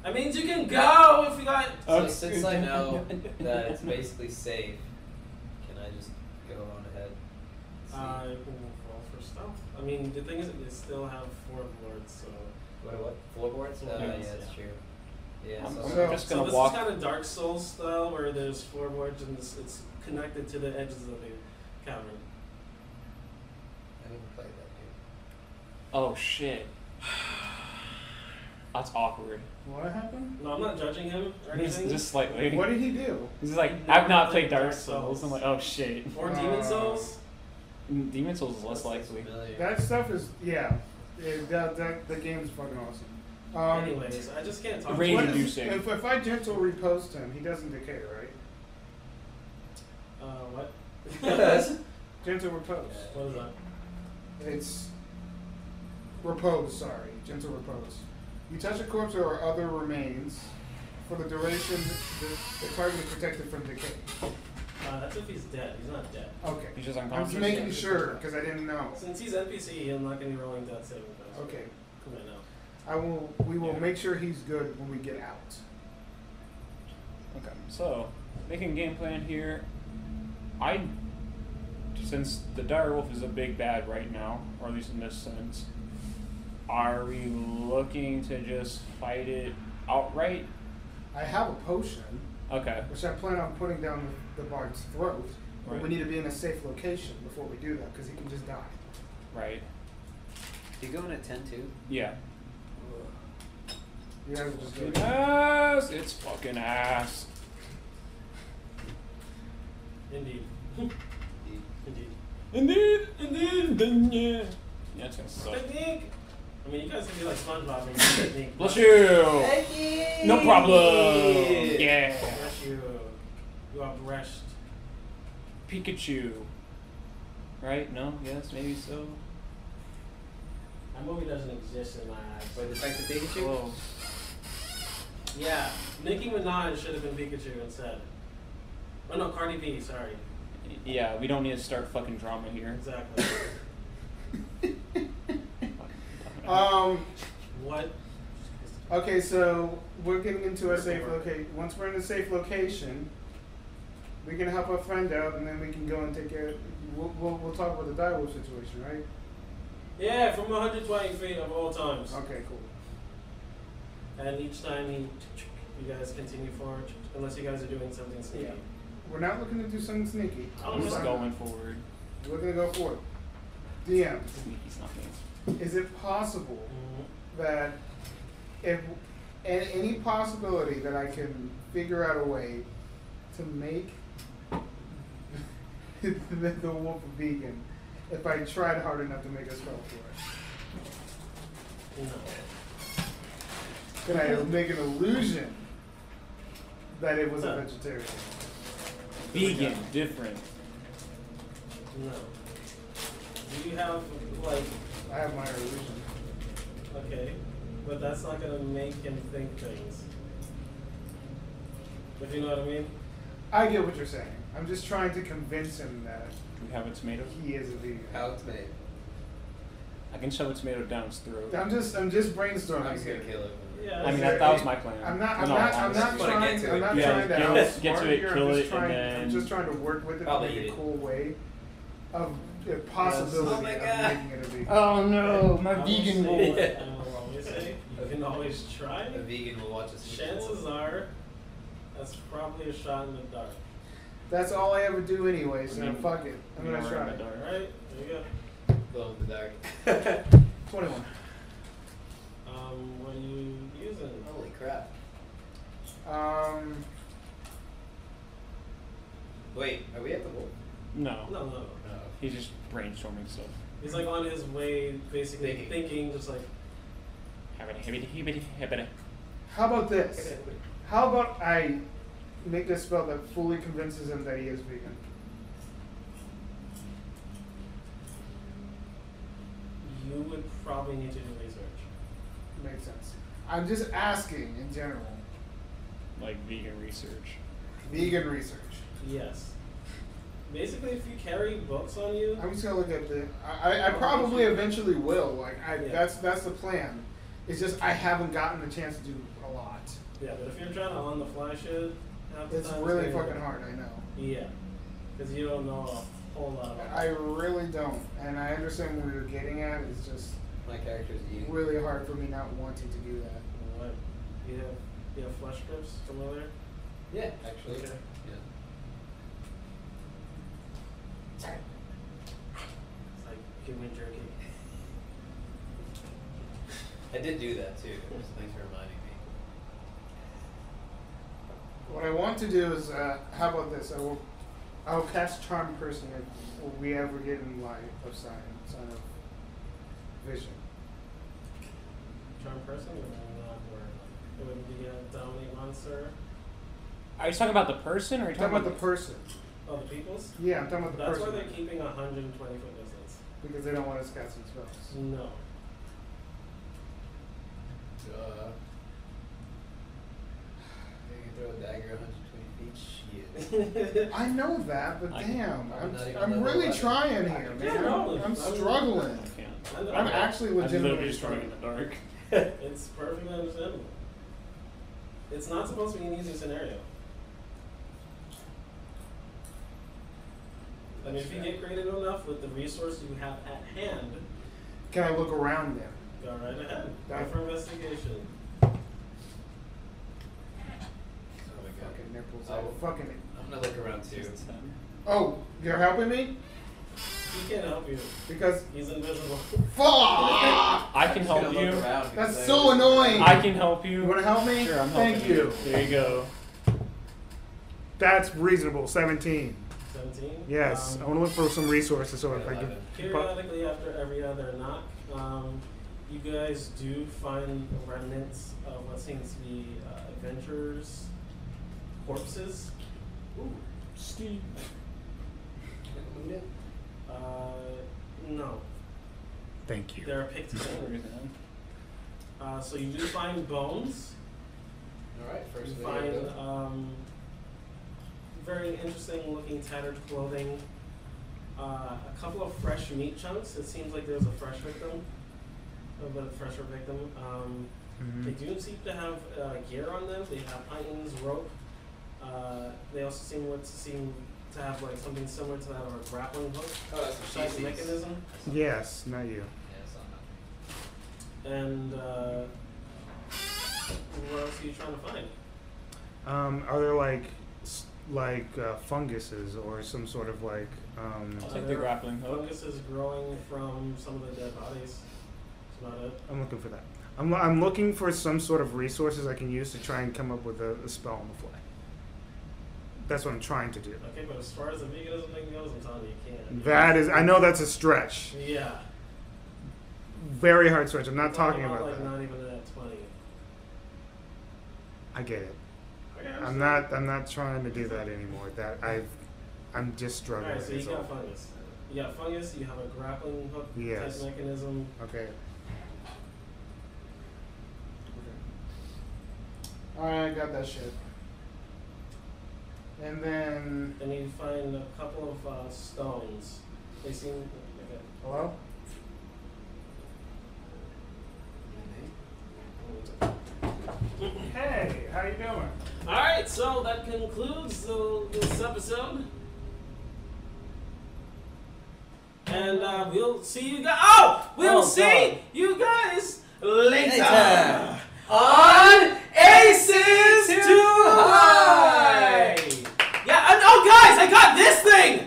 C: That means you can go if you got.
B: So
D: Okay.
B: since I know that it's basically safe, can I just go on ahead?
C: Uh, ooh, roll for stealth. I mean, the thing is, they still have four lords, so.
B: What, what floorboards? Uh, yeah,
C: Floorboards,
B: that's
C: yeah.
B: true. Yeah.
D: I'm,
B: So,
D: I'm
A: So-
D: just
C: so
D: gonna
C: this
D: walk.
C: is kind of Dark Souls style, where there's floorboards and it's, it's connected to the edges of the cavern.
B: I haven't played that
D: Oh shit. That's awkward.
A: What happened?
C: No, I'm not judging him or
D: Just,
C: anything.
D: just slightly.
A: What did he do?
D: He's like, I've not played Dark Souls. I'm like, oh shit. Mm,
C: or Demon
A: Uh,
C: Souls.
D: Demon Souls is
B: dude.
D: less likely.
B: Familiar.
A: That stuff is yeah. It, that, that the game's fucking awesome. Um,
C: Anyways, I just can't talk.
D: Rage
C: to
A: what
C: him.
A: is- if,
D: Reintroducing.
A: if I gentle repost him, he doesn't decay, right?
C: Uh, what?
A: Gentle repose.
C: what is that?
A: It's repose. Sorry, gentle repose. You touch a corpse or other remains for the duration. The, the target is protected from decay.
C: Uh, that's if he's dead. He's not dead.
A: Okay.
D: He's just
A: I was
D: unconscious.
A: making sure because I didn't know.
C: Since he's NPC, I'm not gonna be rolling death saving throws.
A: Okay.
C: Come on now.
A: I will. We will make sure he's good when we get out.
D: Okay, so making game plan here. I, since the dire wolf is a big bad right now, or at least in this sense, are we looking to just fight it outright?
A: I have a potion,
D: Okay,
A: which I plan on putting down the, the bard's throat. But
D: Right.
A: we need to be in a safe location before we do that because he can just die.
D: right.
B: Do you go in at ten too?
D: Yeah.
A: You guys will just go.
D: Yes, it's fucking fucking ass.
C: Indeed. Indeed.
D: And then, and then, then yeah. Yeah, it's gonna suck.
C: Technique. I mean, you guys can be like SpongeBob and use technique.
D: Bless you.
C: Technique.
D: No problem. Yeah.
C: Bless you. You are blessed.
D: Pikachu. Right? No? Yes? Maybe so?
C: That movie doesn't exist in my eyes.
B: Or
C: But
B: Detective Pikachu?
D: Whoa.
C: yeah, Nicki Minaj should have been Pikachu instead. Oh no, Cardi B. Sorry.
D: Yeah, we don't need to start fucking drama here.
C: Exactly.
A: Um.
C: what?
A: Okay, so we're getting into a safe location. Once we're in a safe location, we can help our friend out, and then we can go and take care. We'll, we'll, we'll talk about the direwolf situation, right?
C: Yeah, from 120 feet of all times.
A: Okay, cool.
C: And each time he, you guys continue forward, unless you guys are doing something sneaky.
A: We're not looking to do something sneaky.
C: I'm
D: I'm
C: just
D: just going forward.
A: We're gonna go for it. DM,
D: Sneaky's not me.
A: is it possible
C: Mhm.
A: that if and any possibility that I can figure out a way to make the, the wolf vegan if I tried hard enough to make a spell for
C: No.
A: it. Can I make an illusion that it was a
C: Huh.
A: vegetarian?
D: Vegan, different.
C: No. Do you have, like,
A: I have my illusion.
C: okay, but that's not gonna make him think things. If you know what I mean?
A: I get what you're saying. I'm just trying to convince him that
D: Do we have a tomato?
A: he is a vegan.
B: How it's made.
D: I can shove a tomato down his throat.
A: I'm just I'm just
B: I'm
A: brainstorming
B: just
A: here.
B: gonna kill it.
C: Yeah.
D: I mean, that, that was my plan.
A: I'm not. I'm
D: No,
A: not. I'm
D: honestly.
A: not
B: Wanna
A: trying
B: get
A: to.
B: to
A: I'm
B: it.
A: not
D: Yeah,
A: trying to
D: get-
A: outsmart
D: get to it,
A: you. I'm
D: kill it,
A: just trying.
D: and
A: I'm
D: then-
A: just trying to work with it in
B: Probably
A: a
B: eat it.
A: cool way, of the possibility
B: Oh my
A: of
B: God.
A: making it a vegan.
D: Oh no,
C: I
D: my
C: will say
D: vegan wolf.
C: what I will always say, You can always try.
B: A vegan will watch us. eat
C: Chances
B: wolf.
C: are, that's probably a shot in the dark.
A: That's all I ever do anyway. So
D: I mean,
A: fuck it. I'm
D: You know,
A: gonna
D: we're
A: try.
D: in
A: it.
D: the
C: All
D: dark.
C: right, there you go.
B: glow in the dark.
A: Twenty-one.
C: Um, what are you using?
B: Holy crap!
A: Um,
B: Wait, are we at the wolf?
D: No,
C: No, no.
B: No.
D: he's just brainstorming stuff.
C: He's like on his way, basically
B: Thinking.
C: thinking, just like,
D: Hibbity, hibbity, hibbity, hibbity.
A: how about this? How about I make a spell that fully convinces him that he is vegan?
C: you would probably need to do research.
A: Makes sense. I'm just asking in general.
D: Like vegan research.
A: Vegan research.
C: Yes. Basically, if you carry books on you,
A: I'm just gonna look at the. I, I, I probably eventually will. Like I,
C: Yeah.
A: that's that's the plan. It's just I haven't gotten the chance to do a lot.
C: yeah, but if you're trying to on the fly shit, half the
A: It's
C: time
A: really
C: gonna-
A: fucking hard. I know.
C: Yeah. Because you don't know a whole lot about
A: I really don't, and I understand where you're getting at. It's just
B: My character's eating.
A: really hard for me not wanting to do that.
C: what. You have, you have flush grips from over there?
B: Yeah, actually.
C: Okay.
B: Yeah.
C: It's like human jerky.
B: I did do that too. so Thanks for reminding me.
A: What I want to do is, uh, how about this? I will, I will cast Charm Person if we ever get in line of sign, sign of vision.
C: Charm person would not work. It would be a dominate monster.
D: Are you talking about the person, or are you
A: I'm talking about the person.
C: Oh, the peoples?
A: Yeah, I'm talking about the
C: That's why
A: person
C: they're keeping a 120 foot distance.
A: because they don't want us casting spells.
C: No.
B: Duh. You can throw a dagger 120 feet. Shit.
A: I know that, but
D: I-
A: damn,
B: I'm
A: I'm,
B: not even
A: I'm
B: level
A: really
B: eleven.
A: trying here, man.
C: Yeah, no,
A: I'm
C: I'm-
A: struggling.
D: I can't.
C: I know.
A: I'm actually
D: I'm literally
A: legitimately
D: just running in
A: struggling.
D: the dark.
C: it's perfectly understandable. It's not supposed to be an easy scenario. I mean, if you get creative enough with the resource you have at hand,
A: Can I look around then?
C: go right ahead. Go for investigation.
B: Oh my god.
A: Fucking nipples.
B: Oh.
A: Oh. Fucking.
D: uh,
B: I'm gonna look around too.
D: It's ten.
A: Oh, you're helping me?
C: He can't help you.
A: Because
C: He's invisible.
A: fuck,
D: I can help you.
A: that's so annoying.
D: I can help you.
A: You want to help me?
D: Sure, I'm helping
A: Thank you.
D: There you go.
G: That's reasonable. 17.
C: 17?
G: Yes.
C: Um,
G: I want to look for some resources so if I can.
B: 11.
C: Periodically, after every other knock, um, you guys do find remnants of what seems to be uh, adventurers' corpses.
D: Steve.
C: Uh, no,
G: Thank you.
C: they're picked clean. Uh, so you do find bones.
B: Alright,
C: You
B: first
C: find
B: video.
C: um, very interesting looking tattered clothing. Uh, a couple of fresh meat chunks. It seems like there's a fresh victim, a bit of fresher victim. Um, They do seem to have uh, gear on them. They have items, rope. Uh, they also seem what seem to have like something similar to that of a grappling hook
B: Oh, that's
C: type
B: some cheese.
C: mechanism.
G: Yes, not you.
C: And uh, what else are you trying to find?
G: Um, are there like s- like uh, funguses or some sort of like um,
D: I'll take the grappling hook.
C: Fungus is growing from some of the dead bodies. That's about it.
G: I'm looking for that. I'm, I'm looking for some sort of resources I can use to try and come up with a, a spell on the fly. That's what I'm trying to do.
C: Okay, but as far as the veganism thing goes, I'm telling you, you can't.
G: That is, I know that's a stretch.
C: Yeah.
G: Very hard stretch. I'm not
C: I'm
G: talking
C: not,
G: about
C: like,
G: that.
C: Not even at 20.
G: I get it.
C: Okay,
G: I'm not. I'm not trying to do that anymore. That I, I'm just struggling.
C: Alright, so you
G: That's all.
C: got fungus. You got fungus, you have a grappling hook
G: Yes.
C: type mechanism.
G: Okay.
A: All right, I got that shit. And then
C: Then you find a couple of uh, stones. They seem. Okay.
A: hello.
G: Hey, how you doing?
C: Alright, so that concludes the, this episode. And uh, we'll see you guys. Oh! We'll
B: Oh,
C: see
B: God.
C: you guys later.
B: Later. On
C: Aces too high. Yeah, and, oh guys, I got this thing.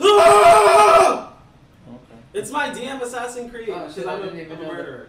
D: Okay.
C: It's my DM Assassin Creed.
B: Oh, shit,
C: I'm
B: I
C: a-
B: Oh, didn't even
C: I'm a
B: know that.
C: murderer.